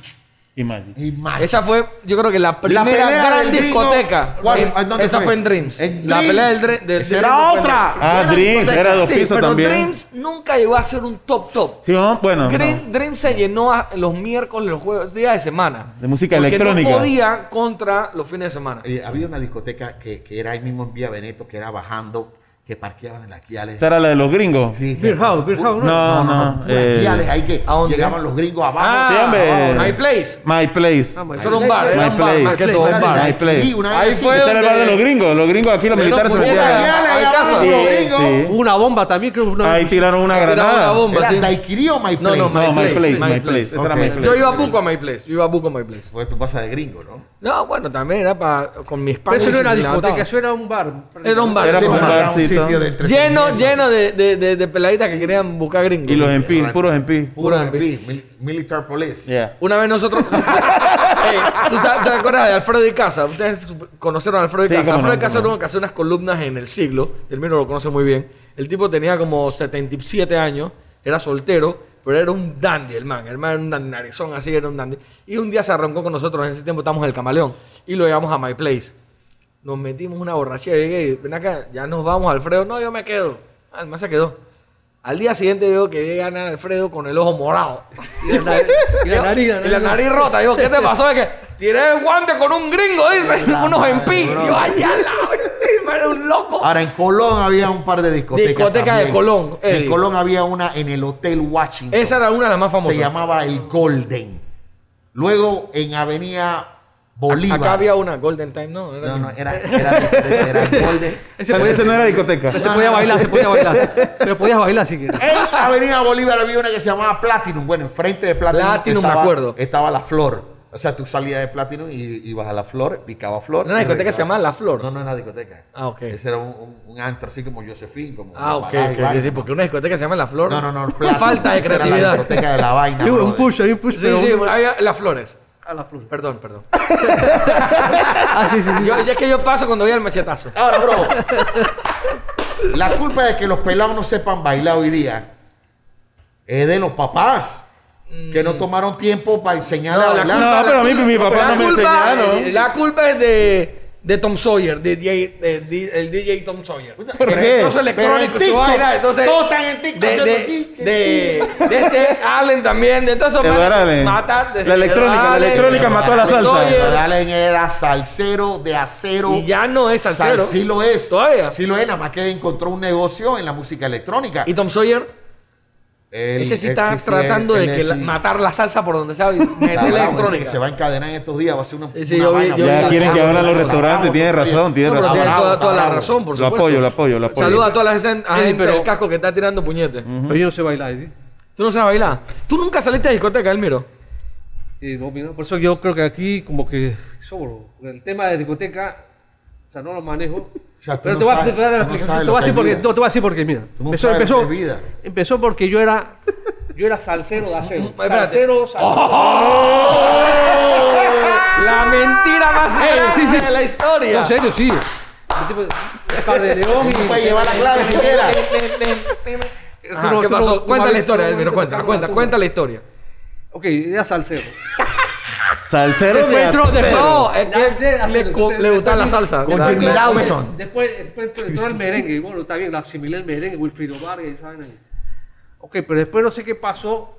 Speaker 3: Y Magic.
Speaker 1: Y Magic.
Speaker 2: Esa fue, yo creo que la
Speaker 1: La
Speaker 2: primera
Speaker 1: pelea
Speaker 2: gran
Speaker 1: del Dream,
Speaker 2: discoteca.
Speaker 1: ¿no? ¿Cuál-
Speaker 2: En-
Speaker 1: en dónde
Speaker 2: esa fue? en Dreams.
Speaker 1: En
Speaker 2: La pelea del,
Speaker 1: Dreams.
Speaker 2: Dre- del
Speaker 1: Esa
Speaker 2: Dream
Speaker 1: era
Speaker 2: fue en
Speaker 1: otra.
Speaker 2: Dreams.
Speaker 3: Ah,
Speaker 1: Era
Speaker 3: Dreams,
Speaker 1: discoteca.
Speaker 3: era dos
Speaker 2: Sí,
Speaker 3: pisos
Speaker 2: pero
Speaker 3: también.
Speaker 2: Dreams nunca llegó a ser un top top.
Speaker 3: Sí, no, bueno. no.
Speaker 2: Dream- Dreams se llenó a- los miércoles, los jueves, días de semana.
Speaker 3: De música
Speaker 2: Porque
Speaker 3: electrónica.
Speaker 2: No podía contra los fines de semana.
Speaker 1: Eh, había una discoteca que, que era ahí mismo en Vía Veneto, que era bajando, que parqueaban en la Kiales.
Speaker 3: Esa era la de los gringos.
Speaker 1: Sí,
Speaker 4: Beer
Speaker 1: que-
Speaker 4: House, Beer
Speaker 1: fu-
Speaker 4: House, ¿no?
Speaker 1: No, no,
Speaker 3: No,
Speaker 1: no.
Speaker 3: no,
Speaker 1: puras
Speaker 3: eh,
Speaker 1: Kiales ahí que
Speaker 2: ¿a dónde?
Speaker 1: llegaban los gringos abajo.
Speaker 3: sí, hombre.
Speaker 2: Ah, My Place.
Speaker 3: My Place.
Speaker 4: Ah, my-
Speaker 2: Eso era un bar, era un
Speaker 3: My
Speaker 2: bar,
Speaker 3: Place.
Speaker 2: más que
Speaker 4: My
Speaker 2: todo
Speaker 4: Place.
Speaker 2: un
Speaker 1: Era
Speaker 2: bar.
Speaker 1: de
Speaker 3: My Place.
Speaker 1: Una
Speaker 2: Ahí
Speaker 1: vez así.
Speaker 2: fue
Speaker 3: Ese era el bar de
Speaker 2: donde-
Speaker 3: los gringos. Los gringos aquí, los
Speaker 2: Pero
Speaker 3: militares se
Speaker 2: puñeta,
Speaker 3: metían.
Speaker 1: Kiales, ahí
Speaker 2: Ahí
Speaker 1: abajo, los
Speaker 2: casa.
Speaker 3: Sí,
Speaker 1: gringos.
Speaker 3: sí.
Speaker 4: Hubo una bomba también, creo que una
Speaker 3: Ahí tiraron una
Speaker 2: Tiraron una
Speaker 3: granada.
Speaker 2: bomba,
Speaker 1: ¿Era
Speaker 2: sí.
Speaker 1: Daiquiri o My
Speaker 2: No,
Speaker 1: Place?
Speaker 2: no, My
Speaker 3: No, My
Speaker 2: Place,
Speaker 3: Place,
Speaker 2: My
Speaker 3: My
Speaker 2: Place.
Speaker 3: Place. Esa era
Speaker 1: Ok.
Speaker 3: My
Speaker 1: Yo
Speaker 2: Yo
Speaker 3: Place.
Speaker 2: iba a Buco a My Place. Yo iba a Buco a My Place.
Speaker 1: Fue tu pasa de gringo, ¿no?
Speaker 2: No, bueno, también era para con mis
Speaker 4: Pero
Speaker 2: padres.
Speaker 4: eso no era
Speaker 2: y se levantaba.
Speaker 4: discoteca, eso era un bar.
Speaker 2: Era un bar.
Speaker 3: Era
Speaker 1: Sí,
Speaker 3: como
Speaker 1: pero
Speaker 3: un
Speaker 1: era
Speaker 3: barcito.
Speaker 1: sitio de
Speaker 2: Lleno,
Speaker 1: entretenimiento.
Speaker 2: lleno de, de, de, de peladitas que querían buscar gringos.
Speaker 3: Y los MP, puros MP.
Speaker 1: Puro
Speaker 2: Pura
Speaker 1: MP, mil- Military Police.
Speaker 3: Yeah.
Speaker 2: Una vez nosotros. Ey, ¿tú sabes- te acuerdas de Alfredo y Casa? Ustedes conocieron a Alfredo y
Speaker 3: Sí,
Speaker 2: Casa.
Speaker 3: cómo no,
Speaker 2: Alfredo y Casa
Speaker 3: cómo
Speaker 2: era
Speaker 3: no.
Speaker 2: uno que hacía unas columnas en el siglo. El miro lo conoce muy bien. El tipo tenía como 77 años, era soltero, pero era un dandy el man. El man era un dandy, narizón así, era un dandy. Y un día se arrancó con nosotros, en ese tiempo estábamos en el camaleón. Y lo llevamos a My Place. Nos metimos una borrachera. Llegué y ven acá, ya nos vamos, Alfredo. No, yo me quedo. Ah, el man se quedó. Al día siguiente veo que llega Alfredo con el ojo morado.
Speaker 4: Y la nariz, y la nariz,
Speaker 2: Y la nariz rota. Digo, ¿qué te pasó? Es que tiré el guante con un gringo, dice.
Speaker 1: La
Speaker 2: unos
Speaker 1: madre,
Speaker 2: empí.
Speaker 1: bro.
Speaker 2: Yo, ay, ya la- era un loco.
Speaker 1: Ahora, en Colón había un par de discotecas.
Speaker 2: Discoteca de
Speaker 1: también.
Speaker 2: Colón, eh. Eddie.
Speaker 1: En Colón había una en el Hotel Washington.
Speaker 2: Esa era una de las más famosas.
Speaker 1: Se llamaba el Golden. Luego en Avenida Bolívar.
Speaker 2: Acá había una Golden Time, ¿no? Era-
Speaker 1: No, no, era, era, diferente, era el Golden.
Speaker 4: Ese
Speaker 3: Ese
Speaker 4: podía ser-
Speaker 3: no era discoteca.
Speaker 4: pero se podía bailar, se podía bailar. Pero podías bailar si quieres.
Speaker 1: En Avenida Bolívar había una que se llamaba Platinum. Bueno, enfrente de Platinum.
Speaker 2: Platinum, me acuerdo.
Speaker 1: Estaba la flor. O sea, tú salías de Platinum y ibas a la flor, picaba flor.
Speaker 2: ¿Era una
Speaker 1: y
Speaker 2: discoteca que se
Speaker 1: regresabas.
Speaker 2: llamaba La Flor?
Speaker 1: No, no era discoteca.
Speaker 2: Ah, ok.
Speaker 1: Ese era un, un- un antro así como Josephine. Como
Speaker 2: Ah, ok.
Speaker 1: Balay,
Speaker 2: ok,
Speaker 1: vaina.
Speaker 2: sí, porque una discoteca se llama La Flor.
Speaker 1: No, no, no. Platinum.
Speaker 2: Falta de
Speaker 1: Esa era la
Speaker 2: creatividad.
Speaker 1: discoteca de la vaina.
Speaker 4: Hay un
Speaker 1: brother.
Speaker 4: push, hay un push.
Speaker 2: Sí,
Speaker 4: pero-
Speaker 2: sí, había Las Flores.
Speaker 4: A la flor.
Speaker 2: Perdón, perdón.
Speaker 4: Ah, sí, sí, sí.
Speaker 2: Yo, ya es que yo paso cuando voy al machetazo.
Speaker 1: Ahora, bro. la culpa de que los pelados no sepan bailar hoy día es de los papás. Que no tomaron tiempo para enseñarle a
Speaker 2: Mm. No, la
Speaker 1: bailar.
Speaker 3: No, pero a mí mi papá
Speaker 2: la
Speaker 3: no me
Speaker 2: culpa,
Speaker 3: enseñaron.
Speaker 2: eh, La culpa es de, de Tom Sawyer, de DJ, de- de- el DJ Tom Sawyer.
Speaker 3: ¿Por
Speaker 1: Pero
Speaker 3: qué?
Speaker 1: entonces
Speaker 2: Entonces
Speaker 1: le ponen
Speaker 2: electrónico, su
Speaker 1: TikTok.
Speaker 2: vaina, entonces
Speaker 1: Todos están en TikTok,
Speaker 2: de,
Speaker 1: haciendo
Speaker 2: de,
Speaker 1: TikTok.
Speaker 2: de, de este Allen también, de todos esos
Speaker 3: Eduardo
Speaker 2: manes que
Speaker 3: Allen.
Speaker 2: matan, de-
Speaker 3: La electrónica, la
Speaker 2: Allen,
Speaker 3: electrónica
Speaker 2: de-
Speaker 3: mató a la
Speaker 2: de
Speaker 3: salsa.
Speaker 2: Sawyer.
Speaker 1: Pero Allen era salsero de acero.
Speaker 2: Y ya no es salsero.
Speaker 1: Sal- sí lo es.
Speaker 2: Todavía.
Speaker 1: Sí lo es, nada más que encontró un negocio en la música electrónica.
Speaker 2: Y Tom Sawyer
Speaker 1: Él-
Speaker 2: Ese sí
Speaker 1: él-
Speaker 2: está
Speaker 1: sí,
Speaker 2: tratando
Speaker 1: él-
Speaker 2: de
Speaker 1: él
Speaker 2: que
Speaker 1: sí-
Speaker 2: la- matar la salsa por donde sea y
Speaker 1: la
Speaker 2: meter la
Speaker 1: bravo,
Speaker 2: electrónica.
Speaker 1: ese que se va a encadenar en estos días, va a ser una,
Speaker 2: Sí, sí,
Speaker 1: una
Speaker 2: yo vi-
Speaker 1: vaina.
Speaker 2: yo vi-
Speaker 1: Está
Speaker 2: Ya
Speaker 3: quieren
Speaker 1: bravo,
Speaker 3: que abran los
Speaker 1: está
Speaker 3: restaurantes, tiene
Speaker 1: bravo,
Speaker 3: razón, tiene
Speaker 2: No,
Speaker 1: está
Speaker 2: pero
Speaker 3: razón.
Speaker 2: tiene
Speaker 1: bravo,
Speaker 2: toda,
Speaker 1: está
Speaker 2: toda la
Speaker 1: bravo.
Speaker 2: razón, por
Speaker 3: Lo
Speaker 2: supuesto.
Speaker 3: apoyo, lo apoyo, lo apoyo. Mm.
Speaker 2: Saluda a toda la gente, a
Speaker 4: Sí,
Speaker 2: gente
Speaker 4: pero-
Speaker 2: del casco que está tirando puñetes.
Speaker 4: Pero yo no sé bailar, ¿eh?
Speaker 2: ¿Tú no sabes bailar? ¿Tú nunca saliste a discoteca, Elmiro?
Speaker 4: Eh, no, mira, por eso yo creo que aquí como que sobro. El tema de discoteca, o sea, no lo manejo.
Speaker 1: O sea, tú
Speaker 4: pero
Speaker 1: no
Speaker 4: te voy a
Speaker 1: sabes-
Speaker 4: te voy a dar la
Speaker 1: tú no
Speaker 4: explicación.
Speaker 1: sabes
Speaker 4: Te voy a
Speaker 1: lo que
Speaker 4: decir
Speaker 1: es
Speaker 4: porque,
Speaker 1: vida.
Speaker 4: no, te voy a decir porque, mira.
Speaker 1: Tú no sabes lo que es vida.
Speaker 4: empezó porque yo era, yo era salsero de acero.
Speaker 2: Espérate.
Speaker 4: salsero, salsero.
Speaker 1: Oh,
Speaker 2: La mentira más
Speaker 4: Ey,
Speaker 2: grande
Speaker 4: sí, sí.
Speaker 2: de la
Speaker 4: No,
Speaker 2: historia.
Speaker 4: en serio, sí. Un tipo de- Par de león
Speaker 1: Tú
Speaker 4: y...
Speaker 1: puedes llevar la clave si quieras.
Speaker 2: Ajá,
Speaker 4: Tú no-
Speaker 2: Ah, ¿Qué
Speaker 4: tú no-
Speaker 2: pasó?
Speaker 4: tú
Speaker 2: cuenta la
Speaker 4: bailas-
Speaker 2: historia,
Speaker 4: tú no
Speaker 2: Elmiro,
Speaker 4: bailas-
Speaker 2: cuenta,
Speaker 4: tú no
Speaker 2: cuenta,
Speaker 4: bailas-
Speaker 2: cuenta la historia.
Speaker 4: Ok, era salsero.
Speaker 3: Salsero de
Speaker 4: Encuentro de
Speaker 3: acero.
Speaker 2: No, es
Speaker 4: Ya sé,
Speaker 2: que le,
Speaker 4: hacer-
Speaker 2: co-
Speaker 4: hacer-
Speaker 2: le gusta
Speaker 4: hacer-
Speaker 2: la salsa.
Speaker 1: Con
Speaker 2: La-
Speaker 1: Jimmy
Speaker 2: la-
Speaker 1: Dawson.
Speaker 4: Después, después entró el merengue, y bueno, está bien, la asimilé el merengue, Wilfrido Vargas, ¿saben? ahí. Ok, pero después no sé qué pasó,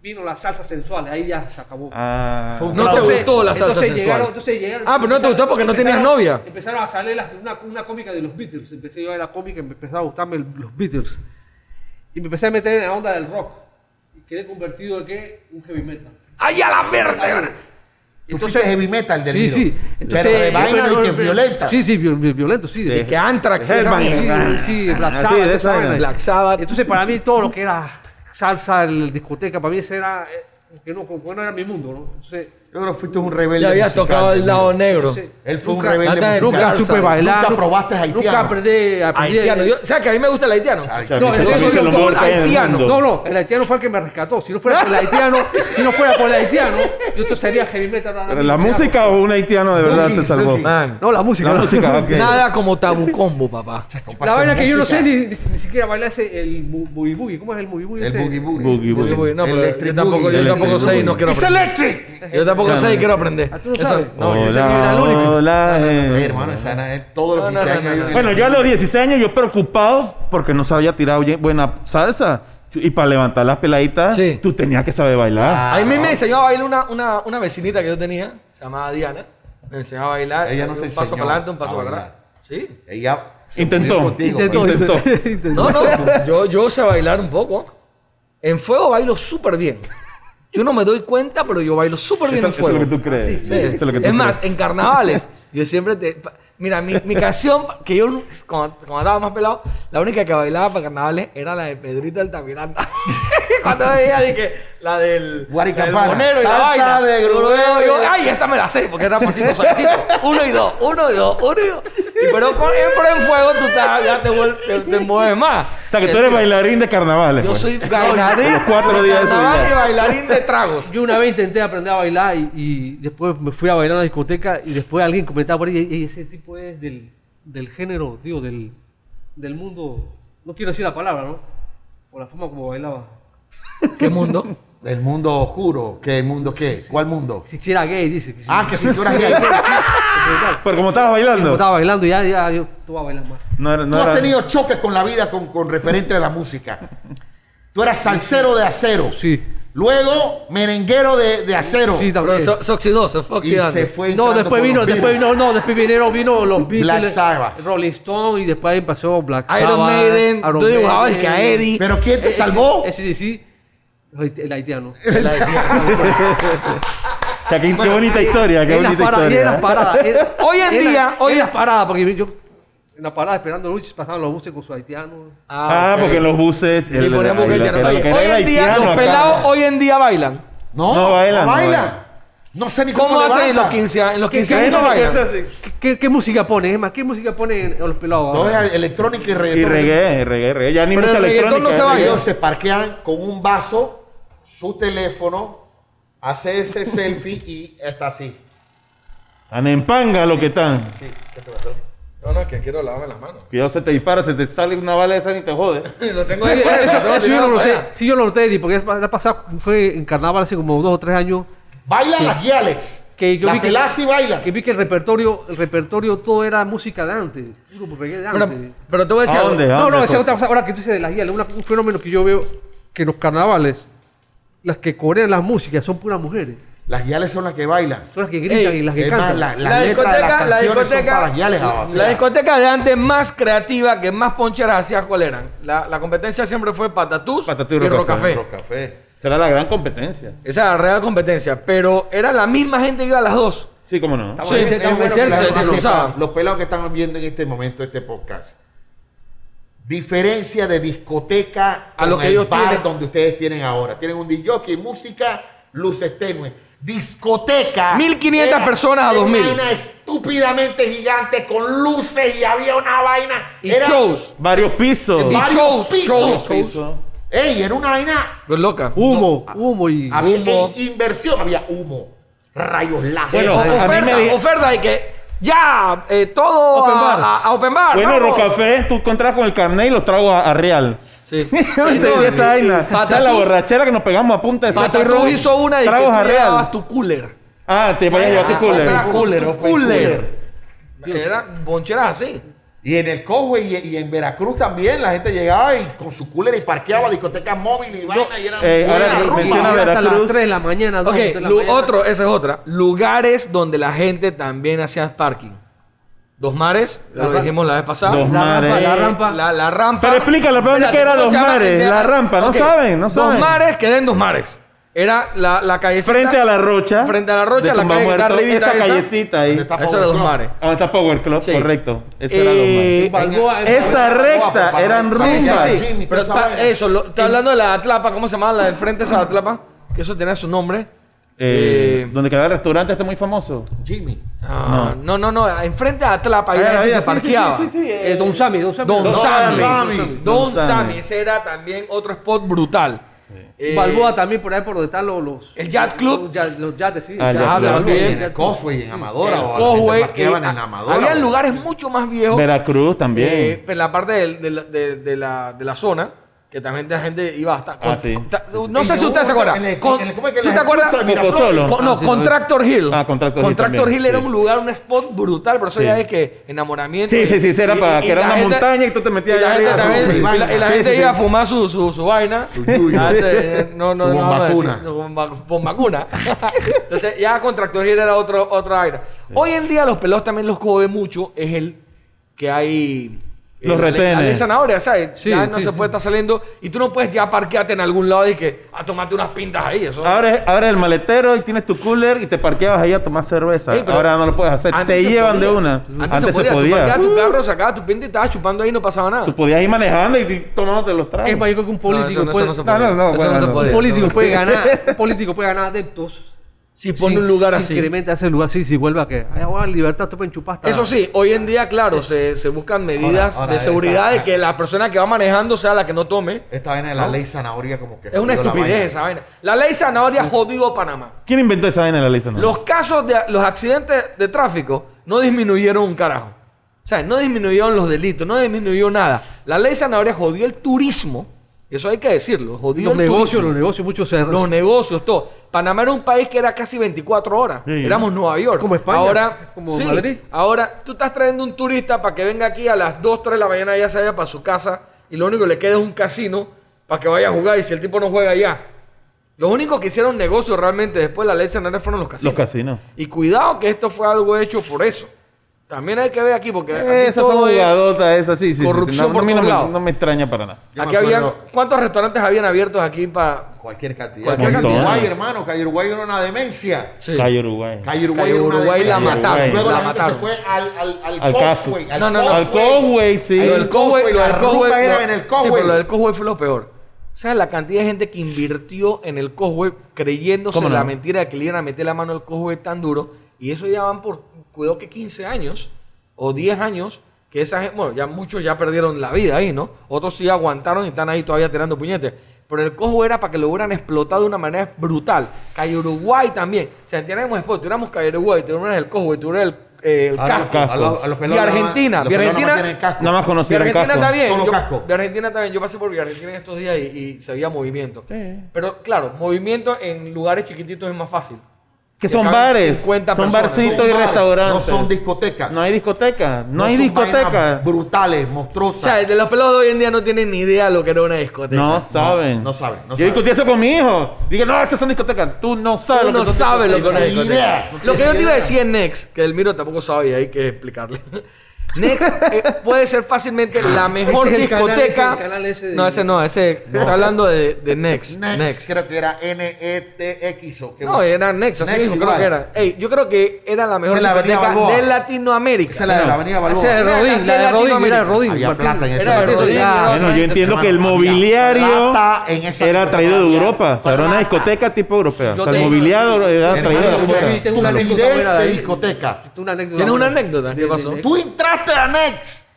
Speaker 4: vino la salsa sensual, ahí ya se acabó.
Speaker 3: Ah,
Speaker 1: Fue un
Speaker 2: No te
Speaker 1: Entonces-
Speaker 2: gustó la salsa
Speaker 4: entonces
Speaker 2: sensual.
Speaker 4: llegaron- entonces llegaron-
Speaker 2: ah, pero no te
Speaker 4: empezaron-
Speaker 2: gustó porque no tenías
Speaker 4: empezaron-
Speaker 2: novia.
Speaker 4: Empezaron a salir las- una, una cómica de los Beatles, empecé yo a ver la cómica, me empezaba a gustarme el- los Beatles. Y me empecé a meter en la onda del rock. Y quedé convertido en ¿qué? un heavy metal.
Speaker 2: ¡Ay, a la mierda!
Speaker 1: Tú fuiste heavy metal del
Speaker 4: Sí,
Speaker 1: Nilo.
Speaker 4: sí.
Speaker 1: pero de vaina
Speaker 4: pero-
Speaker 1: y que
Speaker 4: pero-
Speaker 1: violenta.
Speaker 4: Sí, sí, viol- viol- violento, sí. de-
Speaker 3: Sí.
Speaker 2: Que Anthrax.
Speaker 3: Headbang.
Speaker 2: esa vaina.
Speaker 4: Sí, sí, Black
Speaker 3: Así,
Speaker 4: Sabbath.
Speaker 3: de esa
Speaker 4: esa
Speaker 3: vaina.
Speaker 4: vaina.
Speaker 2: Black Sabbath.
Speaker 4: Entonces, para mí, todo lo que era salsa, el- discoteca, para mí ese era. eh, como que no, como que no era mi mundo, ¿no? Entonces,
Speaker 1: Yo creo que fuiste un rebelde.
Speaker 2: Le habías
Speaker 1: musical
Speaker 2: tocado
Speaker 1: del
Speaker 2: el lado
Speaker 1: Nilo.
Speaker 2: negro.
Speaker 4: Sí.
Speaker 1: Él fue
Speaker 2: Nunca-
Speaker 1: un rebelde
Speaker 2: nada de-
Speaker 1: musical.
Speaker 2: nunca
Speaker 4: supe
Speaker 2: Nunca
Speaker 4: bailar.
Speaker 1: probaste
Speaker 4: Nunca
Speaker 1: haitiano.
Speaker 4: aprendí. aprendí
Speaker 2: Haitiano. Yo, ¿Sabes que a mí me gusta el haitiano?
Speaker 1: Ay,
Speaker 4: No,
Speaker 3: Chavi, se
Speaker 4: eso
Speaker 3: lo
Speaker 4: es
Speaker 3: dice
Speaker 4: un
Speaker 3: lo mejor
Speaker 2: full
Speaker 3: que hay en el
Speaker 2: haitiano.
Speaker 3: mundo.
Speaker 4: No, no, el haitiano fue el que me rescató. Si no fuera por el haitiano, si no fuera por el haitiano, yo esto sería heavy metal. ahora
Speaker 3: Pero
Speaker 4: mismo,
Speaker 3: ¿La
Speaker 4: ya,
Speaker 3: música o un haitiano de verdad te
Speaker 1: Cookies,
Speaker 3: salvó?
Speaker 1: cookies.
Speaker 2: Man,
Speaker 4: No, la música.
Speaker 3: La
Speaker 4: no.
Speaker 3: música, ok.
Speaker 2: nada como tabu combo, papá.
Speaker 4: La vaina que yo no sé
Speaker 1: Música.
Speaker 4: ni, ni- ni siquiera bailar ese, el bu- boogie boogie. ¿Cómo es el boogie boogie?
Speaker 1: El
Speaker 4: ese?
Speaker 1: boogie boogie.
Speaker 3: Boogie boogie.
Speaker 2: Yo no, pero
Speaker 1: Electric
Speaker 2: yo tampoco, yo
Speaker 1: Boogie.
Speaker 2: tampoco sé y no quiero
Speaker 1: ¡Es
Speaker 2: aprender.
Speaker 1: electric!
Speaker 2: Yo tampoco sé y quiero aprender.
Speaker 4: Ah, tú no
Speaker 2: Eso-
Speaker 4: sabes.
Speaker 2: no, yo-
Speaker 4: ese nivel
Speaker 3: Hola,
Speaker 4: al único.
Speaker 3: hola, eh.
Speaker 1: Oye, hermano, esa era él todos los
Speaker 2: No, no,
Speaker 1: 15
Speaker 2: no, no,
Speaker 1: años.
Speaker 2: no.
Speaker 3: Bueno, yo a los 16 años yo preocupado porque no sabía tirar bien- buena salsa. Y para levantar las peladitas,
Speaker 2: Sí.
Speaker 3: tú tenías que saber bailar.
Speaker 1: Ah,
Speaker 2: A mí me enseñó a bailar una, una, una vecinita que yo tenía, se llamaba Diana. Me enseñó a bailar. eh,
Speaker 1: Ella no te
Speaker 2: un paso
Speaker 1: enseñó
Speaker 2: para adelante, un paso
Speaker 1: a
Speaker 2: para atrás.
Speaker 1: bailar.
Speaker 2: Sí.
Speaker 1: Ella se
Speaker 3: intentó,
Speaker 1: murió contigo, pues.
Speaker 3: intentó,
Speaker 1: pero-
Speaker 3: intentó.
Speaker 2: No, no, pues yo, yo sé bailar un poco. En fuego bailo súper bien. Yo no me doy cuenta, pero yo bailo súper bien
Speaker 3: Eso,
Speaker 2: en
Speaker 3: eso es
Speaker 2: fuego. Ah,
Speaker 3: lo que tú crees.
Speaker 2: Sí.
Speaker 3: Eso es lo que tú
Speaker 2: es más,
Speaker 3: crees.
Speaker 2: en carnavales, yo siempre te. pa- Mira, mi, mi canción, que yo cuando, cuando estaba más pelado, la única que bailaba para carnavales era la de Pedrito el Tamiranda. cuando veía, dije, la del.
Speaker 1: Guaricampana,
Speaker 2: monero y la
Speaker 1: salsa
Speaker 2: vaina.
Speaker 1: de
Speaker 2: Yo lo veo, yo,
Speaker 1: grubero.
Speaker 2: ay, esta me la sé, porque era pasito, suavecito. Uno y dos, uno y dos, uno y dos. Y pero con pero en fuego tú te- ya te, vuel- te- te mueves más.
Speaker 3: O sea, que tú eres bailarín de carnavales.
Speaker 2: Yo
Speaker 3: pues.
Speaker 2: soy bailarín.
Speaker 3: Los cuatro
Speaker 2: de
Speaker 3: días de su
Speaker 2: carnaval
Speaker 3: vida.
Speaker 2: y bailarín de tragos.
Speaker 4: Yo una vez intenté aprender a bailar y, y después me fui a bailar a una discoteca y después alguien comentaba por ahí, "Ey, ese tipo es del, del género, digo, del, del mundo, no quiero decir la palabra, ¿no? Por la forma como bailaba.
Speaker 2: ¿Qué mundo?
Speaker 1: ¿El mundo oscuro? ¿Qué? ¿El mundo qué? ¿Cuál mundo?
Speaker 4: Si si era gay, dice. que si-
Speaker 1: Ah, que si tú eras gay.
Speaker 4: ¿verdad?
Speaker 3: Pero como estabas
Speaker 4: Yo
Speaker 3: bailando.
Speaker 4: estaba bailando y ya, ya yo, tú vas a bailar más.
Speaker 3: No, era- no
Speaker 1: Tú has
Speaker 3: era-
Speaker 1: tenido choques con la vida con, con referente a la música. Tú eras salsero de acero.
Speaker 4: Sí.
Speaker 1: Luego, merenguero de, de acero.
Speaker 4: Sí,
Speaker 2: Pero
Speaker 4: también.
Speaker 2: so- se oxidó, se fue
Speaker 1: y se
Speaker 2: oxidando.
Speaker 1: fue
Speaker 4: No,
Speaker 1: entrando
Speaker 4: después
Speaker 1: por
Speaker 4: vino,
Speaker 1: los
Speaker 4: después
Speaker 1: Beatles.
Speaker 4: vino, no, después vinieron, vino los Beatles,
Speaker 1: Sabbath.
Speaker 4: Rolling Stone y después pasó Black
Speaker 2: Iron
Speaker 4: Sabbath,
Speaker 2: Maiden,
Speaker 4: Iron
Speaker 2: tú dibujabas
Speaker 4: Maiden. Eh,
Speaker 2: que a Eddie.
Speaker 1: Pero ¿quién te salvó?
Speaker 4: SDC, el haitiano.
Speaker 3: O sea, qué, qué bonita historia, ¿eh? qué
Speaker 4: en las
Speaker 3: bonita
Speaker 4: paradas,
Speaker 3: historia.
Speaker 4: en las paradas. era-
Speaker 2: Hoy en
Speaker 4: era-
Speaker 2: día, hoy
Speaker 4: en
Speaker 2: en-
Speaker 4: las paradas, porque yo en las paradas esperando luchas pasaban los buses con su haitiano.
Speaker 3: Ah,
Speaker 2: ok.
Speaker 3: porque en los buses.
Speaker 2: Sí,
Speaker 3: el-
Speaker 2: poníamos
Speaker 3: el-
Speaker 2: que
Speaker 3: el-
Speaker 2: haitiano.
Speaker 3: el-
Speaker 2: Oye,
Speaker 3: el- el-
Speaker 2: Hoy
Speaker 3: el
Speaker 2: en día,
Speaker 3: haitiano
Speaker 2: los
Speaker 3: acá.
Speaker 2: pelados hoy en día bailan.
Speaker 1: No,
Speaker 3: No
Speaker 1: No
Speaker 3: bailan, no
Speaker 1: bailan.
Speaker 3: bailan.
Speaker 1: No sé ni cómo,
Speaker 2: ¿Cómo hacen en los
Speaker 1: levantan.
Speaker 2: 15 años? En los 15
Speaker 4: qué-
Speaker 2: años no
Speaker 4: qué-
Speaker 2: bailan.
Speaker 4: ¿Qué, qué, qué música ponen? Es más, ¿qué música ponen los pelados?
Speaker 1: Todo
Speaker 4: ahora?
Speaker 1: es electrónica y reggaetón.
Speaker 3: Y reggae, reggae, reggae. Ya ni
Speaker 2: Pero el
Speaker 3: mucha
Speaker 2: reggaetón
Speaker 3: electrónica.
Speaker 2: no se
Speaker 3: es reggae.
Speaker 2: baila.
Speaker 1: Ellos se parquean con un vaso, su teléfono, hace ese selfie y está así.
Speaker 3: Están en panga lo que están.
Speaker 1: Sí, ¿qué te pasó?
Speaker 5: No, no, es que quiero lavarme las manos.
Speaker 3: Cuidado, se te dispara, se te sale una bala de esa y te jode.
Speaker 5: Lo tengo
Speaker 4: Sí,
Speaker 5: ahí.
Speaker 4: eh,
Speaker 5: por
Speaker 4: eso,
Speaker 5: eso, tengo
Speaker 4: eso yo lo
Speaker 5: tirado para
Speaker 4: noté,
Speaker 5: allá.
Speaker 4: sí, yo lo noté, Eddie, porque la la pasada fue en carnaval hace como dos o tres años.
Speaker 1: Bailan las guiales.
Speaker 4: Que yo
Speaker 1: las
Speaker 4: vi que-
Speaker 1: pelas sí bailan.
Speaker 4: Que vi que el repertorio, el repertorio todo era música de antes, puro reggae de antes.
Speaker 2: Pero, pero te voy a decir
Speaker 3: ¿A
Speaker 2: algo.
Speaker 3: dónde?
Speaker 4: No, no, esa
Speaker 3: cosa?
Speaker 4: otra cosa. Ahora que tú dices de las guías, una- un fenómeno que yo veo que en los carnavales, las que corean las músicas son puras mujeres.
Speaker 1: Las guiales son las que bailan.
Speaker 4: Son las que gritan
Speaker 2: Ey,
Speaker 4: y las que
Speaker 1: es más,
Speaker 4: cantan.
Speaker 1: la- las letras de las canciones son para las guiales, ah, o
Speaker 2: la
Speaker 1: sea.
Speaker 2: discoteca de antes más creativa que más poncheras hacías, ¿cuál eran? La, la competencia siempre fue Patatús,
Speaker 3: Patatús y
Speaker 2: y
Speaker 3: Rocafé.
Speaker 2: Rocafé.
Speaker 1: Café.
Speaker 3: Será la gran competencia.
Speaker 2: Esa era la real competencia, pero era la misma gente que iba a las dos.
Speaker 3: Sí, cómo no.
Speaker 2: Sí,
Speaker 1: Es
Speaker 2: sí,
Speaker 1: bueno
Speaker 2: sí,
Speaker 1: que
Speaker 2: sí,
Speaker 1: la
Speaker 2: sí,
Speaker 1: gente
Speaker 2: sí, lo
Speaker 1: sepa,
Speaker 2: usaban.
Speaker 1: los pelados que están viendo en este momento este podcast. Diferencia de discoteca
Speaker 2: A lo
Speaker 1: con
Speaker 2: que
Speaker 1: el
Speaker 2: ellos
Speaker 1: bar
Speaker 2: tienen.
Speaker 1: donde ustedes tienen ahora. Tienen un DJ, música, luces tenues. Discoteca.
Speaker 2: 1500
Speaker 1: Era-
Speaker 2: personas a
Speaker 1: era
Speaker 2: 2000.
Speaker 1: Una vaina estúpidamente gigante con luces y había una vaina.
Speaker 2: Y
Speaker 1: era
Speaker 2: shows.
Speaker 3: Varios pisos.
Speaker 2: Y
Speaker 1: varios
Speaker 2: shows,
Speaker 1: pisos.
Speaker 2: shows, shows.
Speaker 1: Ey, era una vaina.
Speaker 2: Pues loca.
Speaker 4: Humo, humo y.
Speaker 2: ah,
Speaker 1: Había
Speaker 2: Humo.
Speaker 1: inversión, había humo, rayos láser.
Speaker 3: Bueno,
Speaker 2: Eh, O-
Speaker 3: a mí
Speaker 2: oferta,
Speaker 3: me-
Speaker 2: oferta de que ya, eh, todo
Speaker 4: Open
Speaker 2: a,
Speaker 4: bar.
Speaker 2: a- a open bar.
Speaker 3: Bueno,
Speaker 2: vamos.
Speaker 3: Rocafé, tú contras con el carnet y los trago a, a Real.
Speaker 2: Sí.
Speaker 3: Entonces, esa vaina. O sea, la
Speaker 2: Patatús,
Speaker 3: borrachera que nos pegamos a punta de sapo y
Speaker 2: Patatús
Speaker 3: robo.
Speaker 2: hizo una de que
Speaker 3: Tragos a
Speaker 2: tú
Speaker 3: Real.
Speaker 2: llevabas tu cooler.
Speaker 3: Ah, te voy a llevar tu cooler.
Speaker 2: Era cooler,
Speaker 1: Tu
Speaker 2: cooler. Era poncheras así.
Speaker 1: Y en el Cosway y, y en Veracruz también la gente llegaba y con su cooler y parqueaba discotecas móvil y vaina y era
Speaker 3: eh,
Speaker 1: era
Speaker 3: ahora
Speaker 1: rumba.
Speaker 3: menciona
Speaker 4: hasta
Speaker 3: Veracruz.
Speaker 4: las 3 de la mañana, 2
Speaker 2: ah, Ok,
Speaker 4: de la
Speaker 2: lu-
Speaker 4: mañana.
Speaker 2: otro, esa es otra. Lugares donde la gente también hacía parking. Dos mares, ya lo
Speaker 4: Ajá.
Speaker 2: dijimos la vez pasada.
Speaker 3: Dos
Speaker 4: La rampa,
Speaker 3: mares.
Speaker 2: Eh,
Speaker 4: la rampa.
Speaker 2: La, la rampa.
Speaker 3: Pero explícale, pero
Speaker 2: Espérate,
Speaker 3: ¿qué era
Speaker 2: ¿cómo
Speaker 3: Dos
Speaker 2: se llama?
Speaker 3: Mares?
Speaker 2: Eh,
Speaker 3: La rampa, no
Speaker 2: ok.
Speaker 3: saben, no
Speaker 2: Dos
Speaker 3: saben.
Speaker 2: mares, queden dos mares. Era la, la callecita.
Speaker 3: Frente a la Rocha.
Speaker 2: Frente a la Rocha,
Speaker 3: de
Speaker 2: la calle que está
Speaker 3: Tumbamuerto,
Speaker 2: arribita
Speaker 3: Esa
Speaker 2: esa.
Speaker 3: callecita ahí.
Speaker 1: Donde está-
Speaker 2: Eso era dos mares.
Speaker 3: Ah, está Power Club,
Speaker 2: Sí.
Speaker 3: correcto. Esa era Dos Mares.
Speaker 2: Eh,
Speaker 4: Balboa,
Speaker 3: Esa
Speaker 1: Guapo,
Speaker 3: recta
Speaker 1: para-
Speaker 3: eran
Speaker 1: para-
Speaker 2: sí, sí,
Speaker 3: rumbas.
Speaker 2: sí.
Speaker 1: Jimmy,
Speaker 2: Pero
Speaker 1: toda
Speaker 2: está-
Speaker 1: esa vaina.
Speaker 2: eso, lo- está hablando de la Atlapa, ¿cómo se llama? La del frente esa Atlapa. Que eso tenía su nombre.
Speaker 3: Eh,
Speaker 2: Eh,
Speaker 3: donde quedaba el restaurante este muy famoso.
Speaker 1: Jimmy.
Speaker 2: ah, no, no, no, enfrente a Atlapa, ahí la gente se parqueaba.
Speaker 4: Eh, Don Sammy, Don Sammy.
Speaker 2: Don
Speaker 3: Don
Speaker 2: Sammy.
Speaker 1: Sammy.
Speaker 2: Don
Speaker 3: Don
Speaker 2: Sammy.
Speaker 3: Sammy.
Speaker 2: Ese era también otro spot brutal. Eh,
Speaker 4: Balboa también por ahí por donde están los. los
Speaker 2: El Yacht Club.
Speaker 4: Los, ya- los yates, sí.
Speaker 3: Ah, el Yacht
Speaker 4: de
Speaker 3: Club.
Speaker 4: Balboa,
Speaker 1: Y
Speaker 2: Bien.
Speaker 1: en el Cosway, en Amadora.
Speaker 2: el
Speaker 1: o
Speaker 2: Cosway,
Speaker 1: gente parqueaban
Speaker 2: eh,
Speaker 1: en Amadora.
Speaker 2: Había
Speaker 1: o-
Speaker 2: lugares mucho más viejos.
Speaker 3: Veracruz también.
Speaker 2: eh, en la parte del- de, la- de- de la, de la zona. Que también la gente iba hasta.
Speaker 3: Ah, sí.
Speaker 2: ta- no
Speaker 1: Sí,
Speaker 2: sé
Speaker 1: sí,
Speaker 2: si ustedes se
Speaker 1: hubo-
Speaker 2: acuerdan.
Speaker 1: en el-
Speaker 2: Con-
Speaker 1: en el-
Speaker 2: ¿Tú
Speaker 1: ¿cómo es que
Speaker 2: te
Speaker 1: la gente
Speaker 2: acuerdas?
Speaker 1: usa Miraflores?
Speaker 3: Pocosolo.
Speaker 2: Con- no,
Speaker 4: Ah, sí,
Speaker 2: Contractor Hill.
Speaker 3: Ah, Contractor Hill
Speaker 2: Contractor
Speaker 3: también,
Speaker 2: Hill era
Speaker 3: sí.
Speaker 2: un lugar, un spot brutal, pero eso
Speaker 3: Sí.
Speaker 2: ya es que enamoramiento.
Speaker 3: Sí,
Speaker 2: y-
Speaker 3: sí, sí, sí, era
Speaker 2: y-
Speaker 3: para-
Speaker 2: y
Speaker 3: que era
Speaker 2: la
Speaker 3: una montaña y tú te metías
Speaker 2: y la
Speaker 3: allá
Speaker 2: gente
Speaker 3: arriba.
Speaker 2: también-
Speaker 1: Sí,
Speaker 2: y la, y la
Speaker 1: sí,
Speaker 2: gente
Speaker 1: sí,
Speaker 2: iba
Speaker 1: sí.
Speaker 2: a fumar su, su, su vaina.
Speaker 1: Su yuyo.
Speaker 2: Ah, ese- no, no,
Speaker 1: Su
Speaker 2: no, vamos a
Speaker 1: bombacuna.
Speaker 2: decir, su bomba- bombacuna. Entonces, ya Contractor Hill era otro, otra vaina. Hoy en día, los pelos también los jode mucho, es el que hay. eh,
Speaker 3: Los
Speaker 2: la ley- La ley
Speaker 3: retenes.
Speaker 2: zanahoria, ¿sabes?
Speaker 4: Sí,
Speaker 2: ya no
Speaker 4: sí,
Speaker 2: se
Speaker 4: sí.
Speaker 2: puede estar saliendo y tú no puedes ya parquearte en algún lado y que a tomarte unas pintas ahí. Eso,
Speaker 3: Abres, abres el maletero y tienes tu cooler y te parqueabas ahí a tomar cerveza.
Speaker 2: Ey, pero
Speaker 3: Ahora no lo puedes hacer.
Speaker 2: Antes
Speaker 3: Te
Speaker 2: se
Speaker 3: llevan
Speaker 2: podía.
Speaker 3: de una.
Speaker 2: Antes, se podía. Tú
Speaker 3: Tú,
Speaker 2: parqueabas tu carro, sacabas tu pinta y estabas chupando ahí y no pasaba nada.
Speaker 3: podías ir manejando y tomándote los tragos.
Speaker 4: Es más, yo creo que un político
Speaker 2: no, eso
Speaker 4: puede.
Speaker 2: no se
Speaker 3: No, no, no,
Speaker 2: Eso
Speaker 3: bueno,
Speaker 2: no se
Speaker 3: no.
Speaker 2: podía.
Speaker 4: Un político
Speaker 2: No.
Speaker 4: puede ganar. Un político puede ganar adeptos.
Speaker 2: Si pone
Speaker 4: Sí,
Speaker 2: un lugar
Speaker 4: sí,
Speaker 2: así.
Speaker 4: Incrementa ese lugar así, si vuelve a que. Ay, ahora libertad, tú puedes chupar hasta-
Speaker 2: Eso sí, hoy en día, claro, se, se buscan medidas
Speaker 1: ahora
Speaker 2: de
Speaker 1: está-
Speaker 2: seguridad de que la persona que va manejando sea la que no tome.
Speaker 1: Esta vaina de la ley zanahoria como que...
Speaker 2: Es una
Speaker 1: jodió la
Speaker 2: estupidez
Speaker 1: vaina.
Speaker 2: esa vaina. La ley zanahoria jodido Panamá.
Speaker 3: ¿Quién inventó esa vaina en la ley? sonora?
Speaker 2: Los casos de los accidentes de tráfico no disminuyeron un carajo. O sea, no disminuyeron los delitos, no disminuyó nada. La ley zanahoria jodió el turismo. Eso hay que decirlo. Jodió el
Speaker 4: Los negocios,
Speaker 2: turismo.
Speaker 4: los negocios, muchos se
Speaker 2: los negocios, todo. Panamá era un país que era casi 24 horas.
Speaker 3: Sí.
Speaker 2: Éramos Nueva York.
Speaker 4: Como España,
Speaker 2: Ahora,
Speaker 4: como Madrid.
Speaker 2: Ahora, tú estás trayendo un turista para que venga aquí a las 2, 3 de la mañana ya se vaya para su casa y lo único que le queda es un casino para que vaya a jugar y si el tipo no juega ya. Los únicos que hicieron negocio realmente después de la ley sanitaria fueron los casinos.
Speaker 3: Los casinos.
Speaker 2: Y cuidado que esto fue algo hecho por eso. También hay que ver aquí porque aquí
Speaker 3: Esas son
Speaker 2: todo es-
Speaker 3: jugadotas, esas sí, sí. sí, sí.
Speaker 2: corrupción
Speaker 3: No,
Speaker 2: por
Speaker 3: a mí no,
Speaker 2: todos
Speaker 3: me-
Speaker 2: lados.
Speaker 3: no me extraña para nada.
Speaker 1: Yo me
Speaker 2: aquí habían-
Speaker 1: acuerdo-
Speaker 2: ¿Cuántos restaurantes habían abiertos aquí para...?
Speaker 1: Cualquier cantidad.
Speaker 2: Cualquier
Speaker 1: Calle
Speaker 3: cantidad.
Speaker 1: Uruguay, hermano. Calle Uruguay era una demencia.
Speaker 2: Sí.
Speaker 3: Calle Uruguay.
Speaker 1: Calle Uruguay,
Speaker 2: Calle
Speaker 1: era una
Speaker 2: Uruguay la
Speaker 1: demencia.
Speaker 3: mataron,
Speaker 1: Luego
Speaker 2: la
Speaker 1: la, gente
Speaker 2: mataron.
Speaker 1: se fue al, al, al,
Speaker 3: Al caso.
Speaker 1: Causeway, al
Speaker 2: No, no, no.
Speaker 3: Al Conway, sí.
Speaker 2: Lo
Speaker 1: Ahí
Speaker 2: del Cowboy, lo
Speaker 1: la
Speaker 2: del
Speaker 1: rumba
Speaker 2: Cowboy-
Speaker 1: era
Speaker 2: lo-
Speaker 1: en el
Speaker 2: Sí,
Speaker 1: Cowboy.
Speaker 2: pero lo del Cowboy fue lo peor. ¿Sabes la cantidad de gente que invirtió en el Cowboy creyéndose
Speaker 3: ¿Cómo no?
Speaker 2: la mentira de que le iban a meter la mano al Cowboy tan duro? Y eso ya van por, cuidado que 15 años o 10 años, que esa gente, bueno, ya muchos ya perdieron la vida ahí, ¿no? Otros sí aguantaron y están ahí todavía tirando puñetes. Pero el Cowboy era para que lo hubieran explotado de una manera brutal. Calle Uruguay también. O sea, teníamos spot, tuviéramos Calle Uruguay, tuviéramos el Cowboy, tuviéramos el, eh, el
Speaker 1: A los-
Speaker 2: casco.
Speaker 1: a los- a los
Speaker 2: Y
Speaker 1: pelados nada más-
Speaker 2: Argentina,
Speaker 1: los pelados nada
Speaker 2: y
Speaker 1: más
Speaker 2: Argentina-
Speaker 1: tienen casco.
Speaker 3: Nada más
Speaker 2: de
Speaker 3: conocieron
Speaker 2: Argentina
Speaker 3: casco.
Speaker 2: está bien.
Speaker 1: Solo
Speaker 2: yo-
Speaker 1: casco.
Speaker 2: De Argentina también. Yo pasé por Villa Argentina en estos días y, y se veía movimiento.
Speaker 3: Sí.
Speaker 2: Pero claro, movimiento en lugares chiquititos es más fácil.
Speaker 3: Que son
Speaker 2: caben
Speaker 3: bares.
Speaker 2: 50
Speaker 3: Son
Speaker 2: personas.
Speaker 1: Son
Speaker 3: barcitos y
Speaker 1: bares,
Speaker 3: restaurantes.
Speaker 1: No son discotecas.
Speaker 3: No hay discoteca. No, hay
Speaker 1: son
Speaker 3: discoteca.
Speaker 1: vainas Brutales,
Speaker 2: O
Speaker 1: monstruosas.
Speaker 2: sea, de los pelados de hoy en día no tienen ni idea lo que era una discoteca.
Speaker 3: No saben.
Speaker 1: no saben, no
Speaker 3: Yo
Speaker 1: saben.
Speaker 3: discutí eso con mi hijo. Digo, no, esas son discotecas. Tú no sabes
Speaker 2: Uno
Speaker 3: son
Speaker 2: sabe lo que
Speaker 3: discotecas.
Speaker 2: es una
Speaker 1: Ni
Speaker 2: discoteca.
Speaker 1: idea. No
Speaker 2: Lo que yo te iba a
Speaker 1: idea.
Speaker 2: decir en Next, que Delmiro tampoco sabe y hay que explicarle. Next eh, puede ser fácilmente la mejor
Speaker 4: Ese es el canal,
Speaker 2: discoteca.
Speaker 4: ese es el canal ese de-
Speaker 2: No, ese no, ese está hablando de, de Next.
Speaker 1: Next,
Speaker 2: Next.
Speaker 1: creo que era N-E-T-X o qué
Speaker 2: No, era Next, así
Speaker 1: Next
Speaker 2: mismo creo
Speaker 1: igual.
Speaker 2: que era. Ey, yo creo que era la
Speaker 1: Esa
Speaker 2: mejor
Speaker 1: es la Avenida
Speaker 2: discoteca
Speaker 1: Balboa.
Speaker 2: de Latinoamérica.
Speaker 1: Esa es la de la Avenida Balboa.
Speaker 4: Esa es de Rodín, la de Rodín, mira, Rodín.
Speaker 1: Había
Speaker 4: Martín.
Speaker 1: plata en ese
Speaker 2: Era de
Speaker 1: momento.
Speaker 2: Rodín, era
Speaker 1: Ah,
Speaker 2: de
Speaker 3: Bueno, yo entiendo que el
Speaker 1: Había
Speaker 3: mobiliario
Speaker 1: plata en esa
Speaker 3: era
Speaker 1: discoteca.
Speaker 3: traído de
Speaker 1: Había
Speaker 3: Europa. O sea, era una
Speaker 1: plata.
Speaker 3: discoteca tipo europea.
Speaker 2: Yo
Speaker 3: O sea, el
Speaker 2: tengo-
Speaker 3: mobiliario era traído de
Speaker 1: Hermano,
Speaker 4: Yo
Speaker 1: una
Speaker 3: Europa.
Speaker 4: tengo- tengo una
Speaker 1: estupidez
Speaker 4: anécdota
Speaker 1: de
Speaker 4: buena de-
Speaker 1: discoteca.
Speaker 4: Tengo una anécdota
Speaker 2: ¿Tienes una
Speaker 4: buena.
Speaker 2: anécdota? ¿Qué
Speaker 4: De- de-
Speaker 2: pasó?
Speaker 4: de-
Speaker 1: Tú entraste a Next.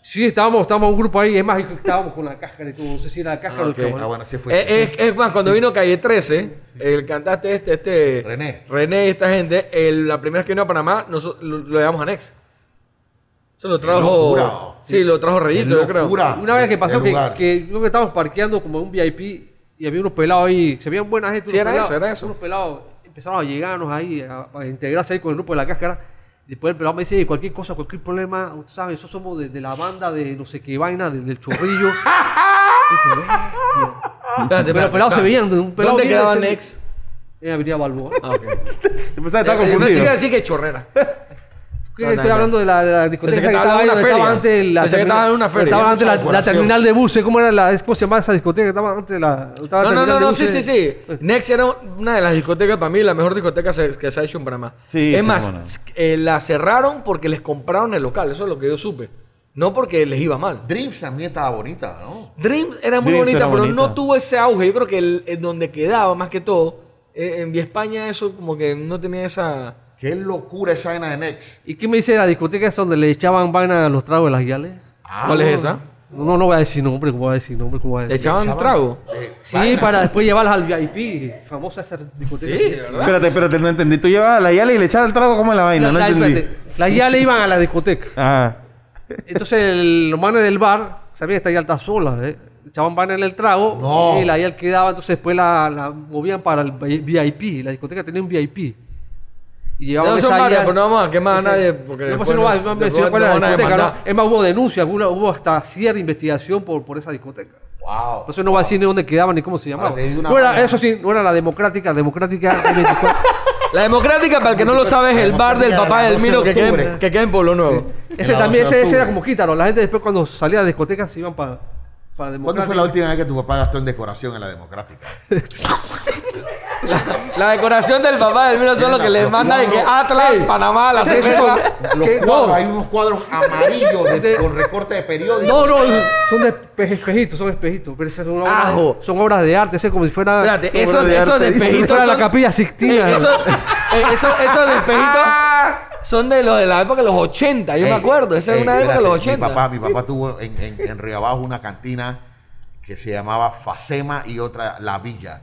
Speaker 4: Sí, estábamos, estábamos un grupo ahí, es más, estábamos con la cáscara y todo, no sé si era la cáscara
Speaker 2: Ah,
Speaker 4: o el
Speaker 2: ok.
Speaker 4: camarón.
Speaker 1: Ah, bueno, sí fue.
Speaker 2: Eh, es, es más, cuando vino Calle 13, el cantante este, este...
Speaker 1: René.
Speaker 2: René y esta gente, el- la primera vez que vino a Panamá, nosotros lo, lo llevamos a Nex. Eso lo
Speaker 1: locura.
Speaker 2: trajo... Sí, lo trajo Reyito, yo creo.
Speaker 1: locura.
Speaker 4: Una vez que pasó
Speaker 1: del
Speaker 4: que,
Speaker 1: lugar.
Speaker 4: que yo creo que estábamos parqueando como en un VIP y había unos pelados ahí, se veían buena gente.
Speaker 2: Sí,
Speaker 4: unos
Speaker 2: era
Speaker 4: pelados,
Speaker 2: eso, era eso.
Speaker 4: Unos pelados empezaron a llegarnos ahí, a, a integrarse ahí con el grupo de la cáscara. Después el pelado me dice, cualquier cosa, cualquier problema, tú sabes, nosotros somos de, de la banda de no sé qué vaina, de- del chorrillo. Y dije, "Bestia".
Speaker 2: Espérate,
Speaker 4: Pero
Speaker 2: espérate,
Speaker 4: pelados se
Speaker 2: espérate.
Speaker 4: veían, un pelado
Speaker 2: ¿Dónde
Speaker 4: viene
Speaker 2: quedaba
Speaker 4: y se-
Speaker 2: Nex?
Speaker 4: en Avenida Balboa.
Speaker 2: Ah, ok.
Speaker 3: Yo pensaba que estaba
Speaker 2: Eh, eh,
Speaker 3: confundido.
Speaker 2: pensé que decir que chorrera.
Speaker 4: ¿Qué?
Speaker 2: No, no,
Speaker 4: Estoy
Speaker 2: no.
Speaker 4: hablando de la, de la
Speaker 2: Pensé
Speaker 4: discoteca
Speaker 2: que
Speaker 4: que
Speaker 2: estaba
Speaker 4: estaba,
Speaker 2: en una
Speaker 4: ahí,
Speaker 2: feria.
Speaker 4: donde estaba antes la
Speaker 2: Pensé que
Speaker 4: terminal-
Speaker 2: estaba en una feria.
Speaker 4: Estaba antes la, la
Speaker 1: Corporación.
Speaker 4: terminal de buses. ¿Cómo era la? ¿Cómo se llamaba esa discoteca? Estaba antes de la. estaba la
Speaker 2: No, no,
Speaker 4: terminal
Speaker 2: no,
Speaker 4: de
Speaker 2: no, sí,
Speaker 4: buses.
Speaker 2: sí, sí. Next era una de las discotecas, para mí, la mejor discoteca se- que se ha hecho en Panamá.
Speaker 3: Sí,
Speaker 2: es
Speaker 3: sí,
Speaker 2: más,
Speaker 3: cómo no.
Speaker 2: eh, la cerraron porque les compraron el local, eso es lo que yo supe. No porque les iba mal.
Speaker 1: Dreams también estaba bonita, ¿no?
Speaker 2: Dream era muy
Speaker 3: Dreams
Speaker 2: bonita,
Speaker 3: era
Speaker 2: pero no
Speaker 3: bonita.
Speaker 2: tuvo ese auge. Yo creo que el, el donde quedaba, más que todo, eh, en Vía España, eso como que no tenía esa...
Speaker 1: Qué locura esa vaina de Next.
Speaker 4: ¿Y qué me dice la discoteca esa donde le echaban vaina a los tragos de las guiales?
Speaker 2: ¿Cuál es esa?
Speaker 4: No, no voy a decir nombre, ¿cómo voy a decir nombre? ¿Cómo voy a
Speaker 2: Le
Speaker 4: decir?
Speaker 2: echaban trago.
Speaker 1: Eh,
Speaker 4: Sí,
Speaker 1: vaina.
Speaker 4: para después llevarlas al VIP. Famosa esa discoteca.
Speaker 2: Sí, de verdad.
Speaker 3: Espérate, espérate, no entendí. Tú llevabas a la Yale y le echabas el trago como en la vaina.
Speaker 4: La-
Speaker 3: no
Speaker 4: la-
Speaker 3: entendí.
Speaker 4: espérate, las guiales iban a la discoteca.
Speaker 3: Ah.
Speaker 4: Entonces el- los manes del bar, sabían que esta guía está sola, ¿eh? echaban vaina en el trago
Speaker 1: No.
Speaker 4: y la guía quedaba, entonces después la, la movían para el VIP, la discoteca tenía un VIP. Y llevaban
Speaker 2: No son
Speaker 4: esa
Speaker 2: varias,
Speaker 4: guía-
Speaker 2: pero no vamos a quemar a
Speaker 4: esa-
Speaker 2: nadie, porque
Speaker 4: no, pues,
Speaker 2: después
Speaker 4: no va-
Speaker 2: nos-
Speaker 4: va a
Speaker 2: después
Speaker 4: mencionar cuál
Speaker 2: nos
Speaker 4: era
Speaker 2: van
Speaker 4: la
Speaker 2: a
Speaker 4: discoteca, ¿no?
Speaker 2: demandar.
Speaker 4: Es más, hubo denuncias, hubo, hubo hasta cierta investigación por, por esa discoteca.
Speaker 1: Wow.
Speaker 2: Pues,
Speaker 4: Por eso no va a decir ni dónde quedaban ni cómo se llamaba.
Speaker 1: Ahora te digo una
Speaker 4: No era,
Speaker 1: vaina.
Speaker 4: eso sí, no era la democrática, democrática M24.
Speaker 2: La democrática, para el que no lo sabe, es
Speaker 1: La
Speaker 2: el bar del
Speaker 1: democrática de
Speaker 2: papá
Speaker 1: la
Speaker 2: del
Speaker 1: 12
Speaker 2: Miro
Speaker 1: de
Speaker 2: que queda, en-
Speaker 1: octubre.
Speaker 2: que queda en Pueblo Nuevo.
Speaker 1: En
Speaker 4: Ese
Speaker 1: la
Speaker 4: también,
Speaker 1: 12
Speaker 4: ese,
Speaker 1: de
Speaker 4: ese era
Speaker 1: octubre.
Speaker 4: como quítalo. La gente después cuando salía de la discoteca se iban para para
Speaker 1: ¿Cuándo
Speaker 4: democrática.
Speaker 1: fue la última vez que tu papá gastó en decoración en la democrática?
Speaker 2: La decoración del papá del Miro son los que les manda de que Atlas, Panamá, la
Speaker 4: Eso
Speaker 2: cerveza.
Speaker 4: son-
Speaker 1: Los
Speaker 4: ¿Qué?
Speaker 1: cuadros,
Speaker 4: No.
Speaker 1: hay unos cuadros amarillos de- con recorte de periódico.
Speaker 4: No, no, son de espe- espejitos, son espejitos. Pero esas son obras,
Speaker 2: Ajo.
Speaker 4: son obras de arte, ese es como si fuera.
Speaker 2: Espérate,
Speaker 4: como
Speaker 2: esos
Speaker 4: obras de
Speaker 2: esos
Speaker 4: arte. Como si
Speaker 2: despejitos.
Speaker 4: fuera la
Speaker 2: son-
Speaker 4: capilla Sixtina.
Speaker 2: Ey, esos- eh, esos- Esos despejitos son de los de la época de los 80, yo me
Speaker 1: Ah. Ey,
Speaker 2: acuerdo. Esa es
Speaker 1: ey,
Speaker 2: una época de los
Speaker 1: espérate,
Speaker 2: 80.
Speaker 1: Mi papá, mi papá tuvo en, en, en Río Abajo una cantina que se llamaba Facema y otra La Villa.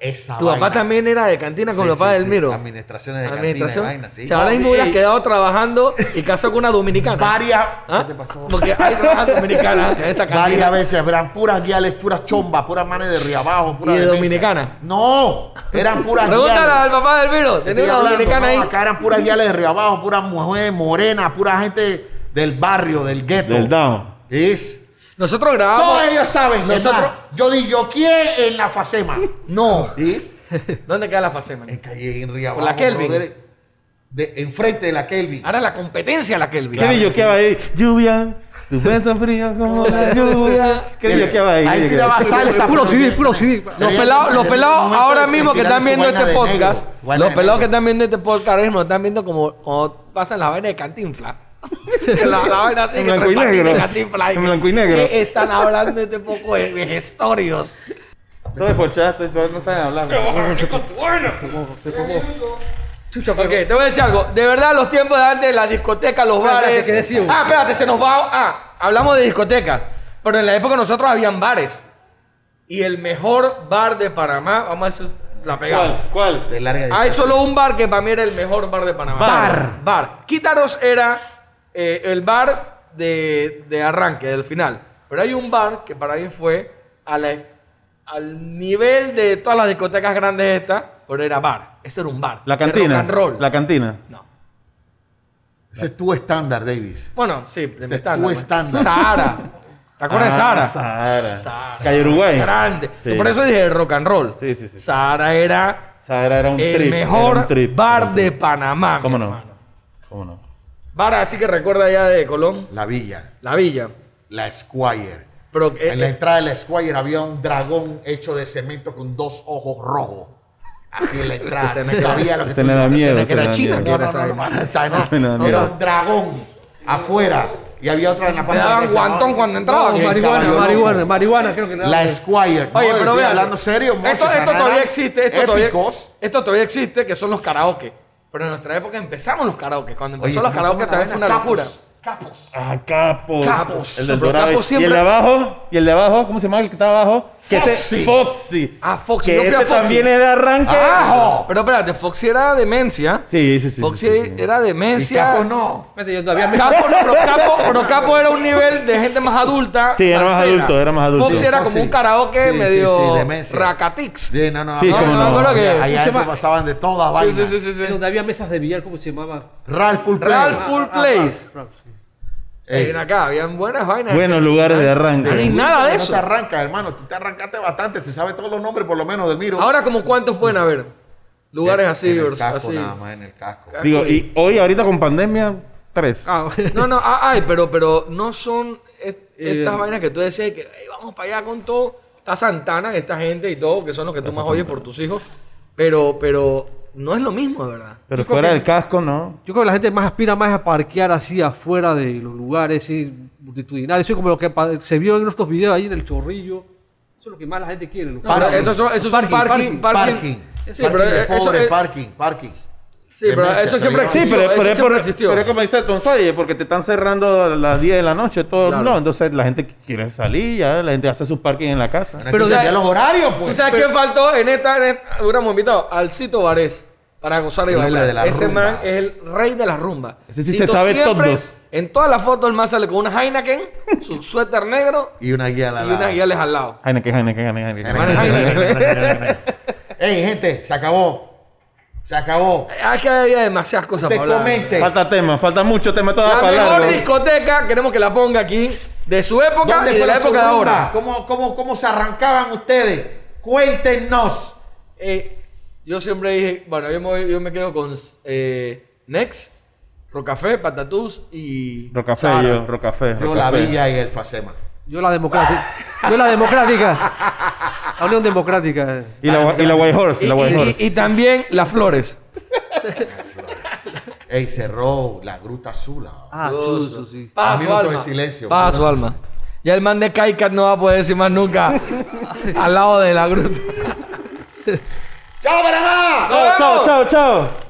Speaker 1: Esa
Speaker 2: Tu
Speaker 1: vaina.
Speaker 2: papá también era de cantina con
Speaker 1: Sí,
Speaker 2: los papás
Speaker 1: sí,
Speaker 2: del
Speaker 1: sí.
Speaker 2: Miro.
Speaker 1: Administraciones de
Speaker 2: Administración.
Speaker 1: cantina y vaina, sí.
Speaker 2: O sea, ahora mismo hubieras
Speaker 4: Ey.
Speaker 2: quedado trabajando y casado con una dominicana.
Speaker 1: Varias.
Speaker 2: ¿Ah?
Speaker 1: ¿Qué te pasó?
Speaker 2: Porque hay trabajas dominicanas en esa
Speaker 1: Varias
Speaker 2: cantina.
Speaker 1: veces, eran puras guiales, puras chombas, puras manes de río abajo, puras
Speaker 2: ¿Y de
Speaker 1: demencia.
Speaker 2: dominicana?
Speaker 1: No, eran puras
Speaker 2: Pregúntale
Speaker 1: guiales.
Speaker 2: al papá del Miro.
Speaker 1: Estoy
Speaker 2: Tenía una
Speaker 1: hablando,
Speaker 2: dominicana
Speaker 1: no,
Speaker 2: ahí.
Speaker 1: Acá eran puras guiales de río abajo, puras mujeres morenas, pura gente del barrio, del gueto.
Speaker 3: Del down.
Speaker 1: Es.
Speaker 2: Nosotros grabamos.
Speaker 1: Todos ellos saben. es
Speaker 2: Ah, Nosotros.
Speaker 1: más, yo di yo quién en la facema.
Speaker 2: No.
Speaker 1: ¿Es?
Speaker 2: ¿Dónde queda la facema?
Speaker 1: En calle en Río
Speaker 2: Por la
Speaker 1: Abajo,
Speaker 2: Kelvin.
Speaker 1: brother. De, enfrente de la Kelvin.
Speaker 2: Ahora la competencia la Kelvin.
Speaker 3: ¿Qué yo que va ahí? Lluvia, tus besos fríos como la lluvia. ¿Qué yo que va ahí?
Speaker 1: Ahí tiraba salsa.
Speaker 4: Puro
Speaker 1: pero-
Speaker 4: CD, puro CD.
Speaker 2: Los
Speaker 1: Pero
Speaker 2: pelados,
Speaker 1: ya-
Speaker 2: los
Speaker 1: ya-
Speaker 2: pelados
Speaker 1: en un momento
Speaker 2: ahora
Speaker 1: de
Speaker 2: mismo que
Speaker 1: tirar
Speaker 2: están
Speaker 1: su
Speaker 2: viendo
Speaker 1: vaina
Speaker 2: este
Speaker 1: de negro,
Speaker 2: podcast,
Speaker 1: vaina
Speaker 2: los
Speaker 1: de
Speaker 2: pelados que
Speaker 1: negro.
Speaker 2: están viendo este podcast ahora mismo están viendo como, como pasan la vaina de Cantinfla. la, la vaina así
Speaker 3: En
Speaker 2: que
Speaker 3: blanco
Speaker 2: tres
Speaker 3: y
Speaker 2: patines,
Speaker 3: negro.
Speaker 2: Cantinfla,
Speaker 3: En blanco y negro.
Speaker 2: ¿Qué están hablando este poco de, de gestorios?
Speaker 3: Todo esforzaste, no saben hablar.
Speaker 2: Chucha, Ok, te voy a decir algo. De verdad, los tiempos de antes, las discotecas, los
Speaker 4: Espérate,
Speaker 2: bares.
Speaker 4: que decía uno.
Speaker 2: Ah, espérate, se nos va. Ah, hablamos de discotecas. Pero en la época nosotros habían bares. Y el mejor bar de Panamá, vamos a decir, la pegamos.
Speaker 3: ¿Cuál? ¿Cuál?
Speaker 1: De larga
Speaker 2: Hay
Speaker 1: distancia.
Speaker 2: solo un bar que para mí era el mejor bar de Panamá.
Speaker 1: Bar.
Speaker 2: Bar. Quítaros era eh, el bar de, de arranque, del final. Pero hay un bar que para mí fue a la- al nivel de todas las discotecas grandes estas, pero era bar. Ese era un bar.
Speaker 3: La
Speaker 2: de
Speaker 3: cantina.
Speaker 2: rock and roll.
Speaker 3: La cantina.
Speaker 2: No.
Speaker 1: Ese es tu estándar, Davis.
Speaker 2: Bueno, sí, de
Speaker 1: Ese
Speaker 2: mi
Speaker 1: es tu
Speaker 2: estándar.
Speaker 1: estándar.
Speaker 2: Sahara. ¿Te acuerdas
Speaker 3: Ah,
Speaker 2: de Sahara?
Speaker 3: Sahara.
Speaker 2: Sahara.
Speaker 3: Calle Uruguay.
Speaker 2: Grande.
Speaker 3: Sí.
Speaker 2: Por eso dije rock and roll.
Speaker 3: Sí, sí, sí.
Speaker 2: Sahara era
Speaker 3: Sahara era un
Speaker 2: el
Speaker 3: trip. era
Speaker 2: mejor
Speaker 3: un trip,
Speaker 2: bar
Speaker 3: era un
Speaker 2: de
Speaker 3: trip.
Speaker 2: Panamá.
Speaker 3: ¿Cómo
Speaker 2: mi
Speaker 3: no?
Speaker 2: hermano.
Speaker 3: ¿Cómo no?
Speaker 2: Bar así que recuerda ya de Colón.
Speaker 1: La villa.
Speaker 2: La villa.
Speaker 1: La Squire.
Speaker 2: Pero eh,
Speaker 1: En la
Speaker 2: eh,
Speaker 1: entrada de la Squire había un dragón hecho de cemento con dos ojos rojos. Así en la entrada.
Speaker 2: Se me
Speaker 1: Tú
Speaker 2: queda-
Speaker 1: sabías lo que
Speaker 3: Se
Speaker 1: tú-
Speaker 3: le da miedo.
Speaker 2: que
Speaker 3: se
Speaker 2: era
Speaker 3: le da
Speaker 2: china,
Speaker 3: miedo.
Speaker 1: No, no, no, no, no, esa no.
Speaker 3: Se me da
Speaker 1: Era
Speaker 3: miedo.
Speaker 1: un dragón afuera. Y había otra en la parte
Speaker 2: daban
Speaker 1: derecha.
Speaker 2: guantón cuando entraba,
Speaker 1: Y el
Speaker 2: marihuana,
Speaker 1: caballo loco.
Speaker 4: marihuana, marihuana, creo que le
Speaker 1: La
Speaker 4: daban.
Speaker 1: Squire.
Speaker 2: Oye, pero
Speaker 1: estoy
Speaker 2: vean.
Speaker 1: hablando serio, mocho,
Speaker 2: Esto,
Speaker 1: esa
Speaker 2: esto
Speaker 1: rara-
Speaker 2: todavía existe. Esto todavía,
Speaker 1: épicos.
Speaker 2: esto todavía existe, que son los karaoke. Pero en nuestra época empezamos los karaoke. Cuando
Speaker 1: Oye,
Speaker 2: empezó los
Speaker 1: pero
Speaker 2: karaoke
Speaker 1: ¿cómo
Speaker 2: también fue
Speaker 1: la
Speaker 2: una
Speaker 1: vaina?
Speaker 2: locura.
Speaker 1: Capos, Capos.
Speaker 3: Ah, capos.
Speaker 2: Capos.
Speaker 3: El del
Speaker 2: Pero
Speaker 3: Dorado.
Speaker 2: capos
Speaker 3: Y el
Speaker 2: siempre-
Speaker 3: de abajo, y el de abajo, ¿cómo se llama el que está abajo? Que ese-
Speaker 1: Foxy.
Speaker 3: Foxy.
Speaker 2: Ah, Foxy,
Speaker 3: Que
Speaker 2: yo fui a
Speaker 3: ese
Speaker 2: Foxy.
Speaker 3: también era arranque.
Speaker 1: ¡Ajo!
Speaker 2: Pero espérate, Foxy era demencia.
Speaker 3: Sí, sí, sí.
Speaker 2: Foxy
Speaker 3: sí, sí, sí.
Speaker 2: era
Speaker 1: Y
Speaker 2: demencia.
Speaker 1: Capos no.
Speaker 4: Espérate, yo todavía me-
Speaker 2: Capo, no, pero Capo, pero Capo era un nivel de gente más adulta.
Speaker 3: Sí, era más
Speaker 2: salsera.
Speaker 3: adulto, era más adulto.
Speaker 2: Foxy era como
Speaker 1: Foxy.
Speaker 2: un karaoke
Speaker 1: Sí, sí,
Speaker 2: medio
Speaker 1: sí, demencia.
Speaker 2: racatix.
Speaker 1: Sí, no, no.
Speaker 3: Sí,
Speaker 1: no,
Speaker 3: cómo no.
Speaker 2: me acuerdo que-
Speaker 1: Ahí
Speaker 4: ¿cómo se
Speaker 1: adentro
Speaker 4: llama?
Speaker 1: pasaban de toda
Speaker 2: Sí,
Speaker 1: vaina.
Speaker 2: sí, sí, sí, sí.
Speaker 4: Donde había mesas de billar, ¿cómo se llamaba? Ah,
Speaker 1: Ralph Full Play.
Speaker 2: Ralph Full Place.
Speaker 4: Ralph, sí.
Speaker 1: Ey. eh,
Speaker 2: Ven acá, habían buenas vainas.
Speaker 3: Buenos lugares de arranque.
Speaker 2: Ahí. Ni nada de eso.
Speaker 1: No te arranca, hermano. Tú te arrancaste bastante. Tú sabes todos los nombres, por lo menos, del Miro.
Speaker 2: Ahora, como cuántos pueden haber? Lugares así,
Speaker 1: En el
Speaker 2: vers-
Speaker 1: casco,
Speaker 2: así.
Speaker 1: nada más, en el casco.
Speaker 3: Digo, y hoy, ahorita con pandemia, tres.
Speaker 4: Ah,
Speaker 2: No, no, ah, ay, pero, pero no son est-
Speaker 4: Eh,
Speaker 2: estas vainas que tú decías que "Ey, vamos para allá con todo. Está Santana, esta gente y todo, que son los que tú más oyes por tus hijos. Pero, pero no es lo mismo, de verdad.
Speaker 3: Pero
Speaker 4: yo creo
Speaker 3: fuera
Speaker 4: que-
Speaker 3: del casco, ¿no?
Speaker 4: Yo creo que la gente más aspira más a parquear así afuera de los lugares así, multitudinarios. Eso es como lo que pa- se vio en nuestros videos ahí en el chorrillo. Eso es lo que más la gente quiere. los-
Speaker 2: No, pero
Speaker 1: Parking.
Speaker 2: esos son, esos son
Speaker 4: Parking,
Speaker 2: parking, parking,
Speaker 1: Parking.
Speaker 2: Sí,
Speaker 1: parking
Speaker 2: pero
Speaker 1: de
Speaker 2: eso
Speaker 1: pobre,
Speaker 2: es-
Speaker 1: parking, parking.
Speaker 2: Sí, pero
Speaker 1: Demencia,
Speaker 2: eso
Speaker 1: se
Speaker 2: siempre
Speaker 1: le llama.
Speaker 2: existe. existió, eso siempre existió.
Speaker 3: pero es como dice Tonsoye, porque te están cerrando a las 10 de la noche, todo
Speaker 2: Claro.
Speaker 3: no, entonces la gente quiere salir, ya la gente hace sus parking en la casa.
Speaker 1: Pero
Speaker 2: o sea,
Speaker 1: ya los horarios, pues.
Speaker 2: ¿Tú sabes quién faltó en esta? en esta- hubiéramos invitado al Cito Varés para gozar y
Speaker 1: El hombre
Speaker 2: bailar.
Speaker 1: de la
Speaker 2: Ese
Speaker 1: rumba.
Speaker 2: man es el rey de la rumba.
Speaker 3: Ese sí se sabe todos.
Speaker 2: En todas las fotos el man sale con una Heineken, su suéter negro
Speaker 1: Y una guía a la
Speaker 2: y unas guiales al lado.
Speaker 3: Heineken, Heineken, Heineken, Heineken.
Speaker 2: Hermano, Heineken.
Speaker 1: Ey, gente, se acabó. Se acabó.
Speaker 2: Ah, Es que había demasiadas cosas
Speaker 1: Te
Speaker 2: para hablar.
Speaker 1: comente.
Speaker 3: Falta tema, falta mucho tema, toda
Speaker 2: La
Speaker 3: para
Speaker 2: mejor
Speaker 3: largo.
Speaker 2: discoteca, queremos que la ponga aquí, de su época
Speaker 1: ¿Dónde
Speaker 2: y de
Speaker 1: fue
Speaker 2: la época de ahora.
Speaker 1: ¿Cómo, cómo, ¿Cómo se arrancaban ustedes? Cuéntenos.
Speaker 2: Eh, yo siempre dije, bueno, yo me, voy- yo me quedo con eh, Next, Rocafé, Patatús y.
Speaker 3: Rocafé,
Speaker 2: Sahara.
Speaker 3: yo, Rocafé.
Speaker 1: Yo la
Speaker 3: Rocafé.
Speaker 1: villa y el facema.
Speaker 4: Yo la democrática. Yo la democrática. La Unión Democrática.
Speaker 3: Y la, y la White Horse,
Speaker 2: Y,
Speaker 3: y la White
Speaker 2: y-
Speaker 3: Horse.
Speaker 2: y- y también Las Flores.
Speaker 1: Ey, cerró la gruta azul. ahora.
Speaker 4: Ah,
Speaker 2: Dios.
Speaker 4: chuzo, sí.
Speaker 2: Paso,
Speaker 1: minuto
Speaker 2: alma.
Speaker 1: de silencio.
Speaker 2: Paso,
Speaker 1: Minuto de
Speaker 2: alma. Ya el man de Kaikat no va a poder decir más nunca al lado de la gruta.
Speaker 1: ¡Chao, Panamá!
Speaker 3: Chao, chao, chao, chao.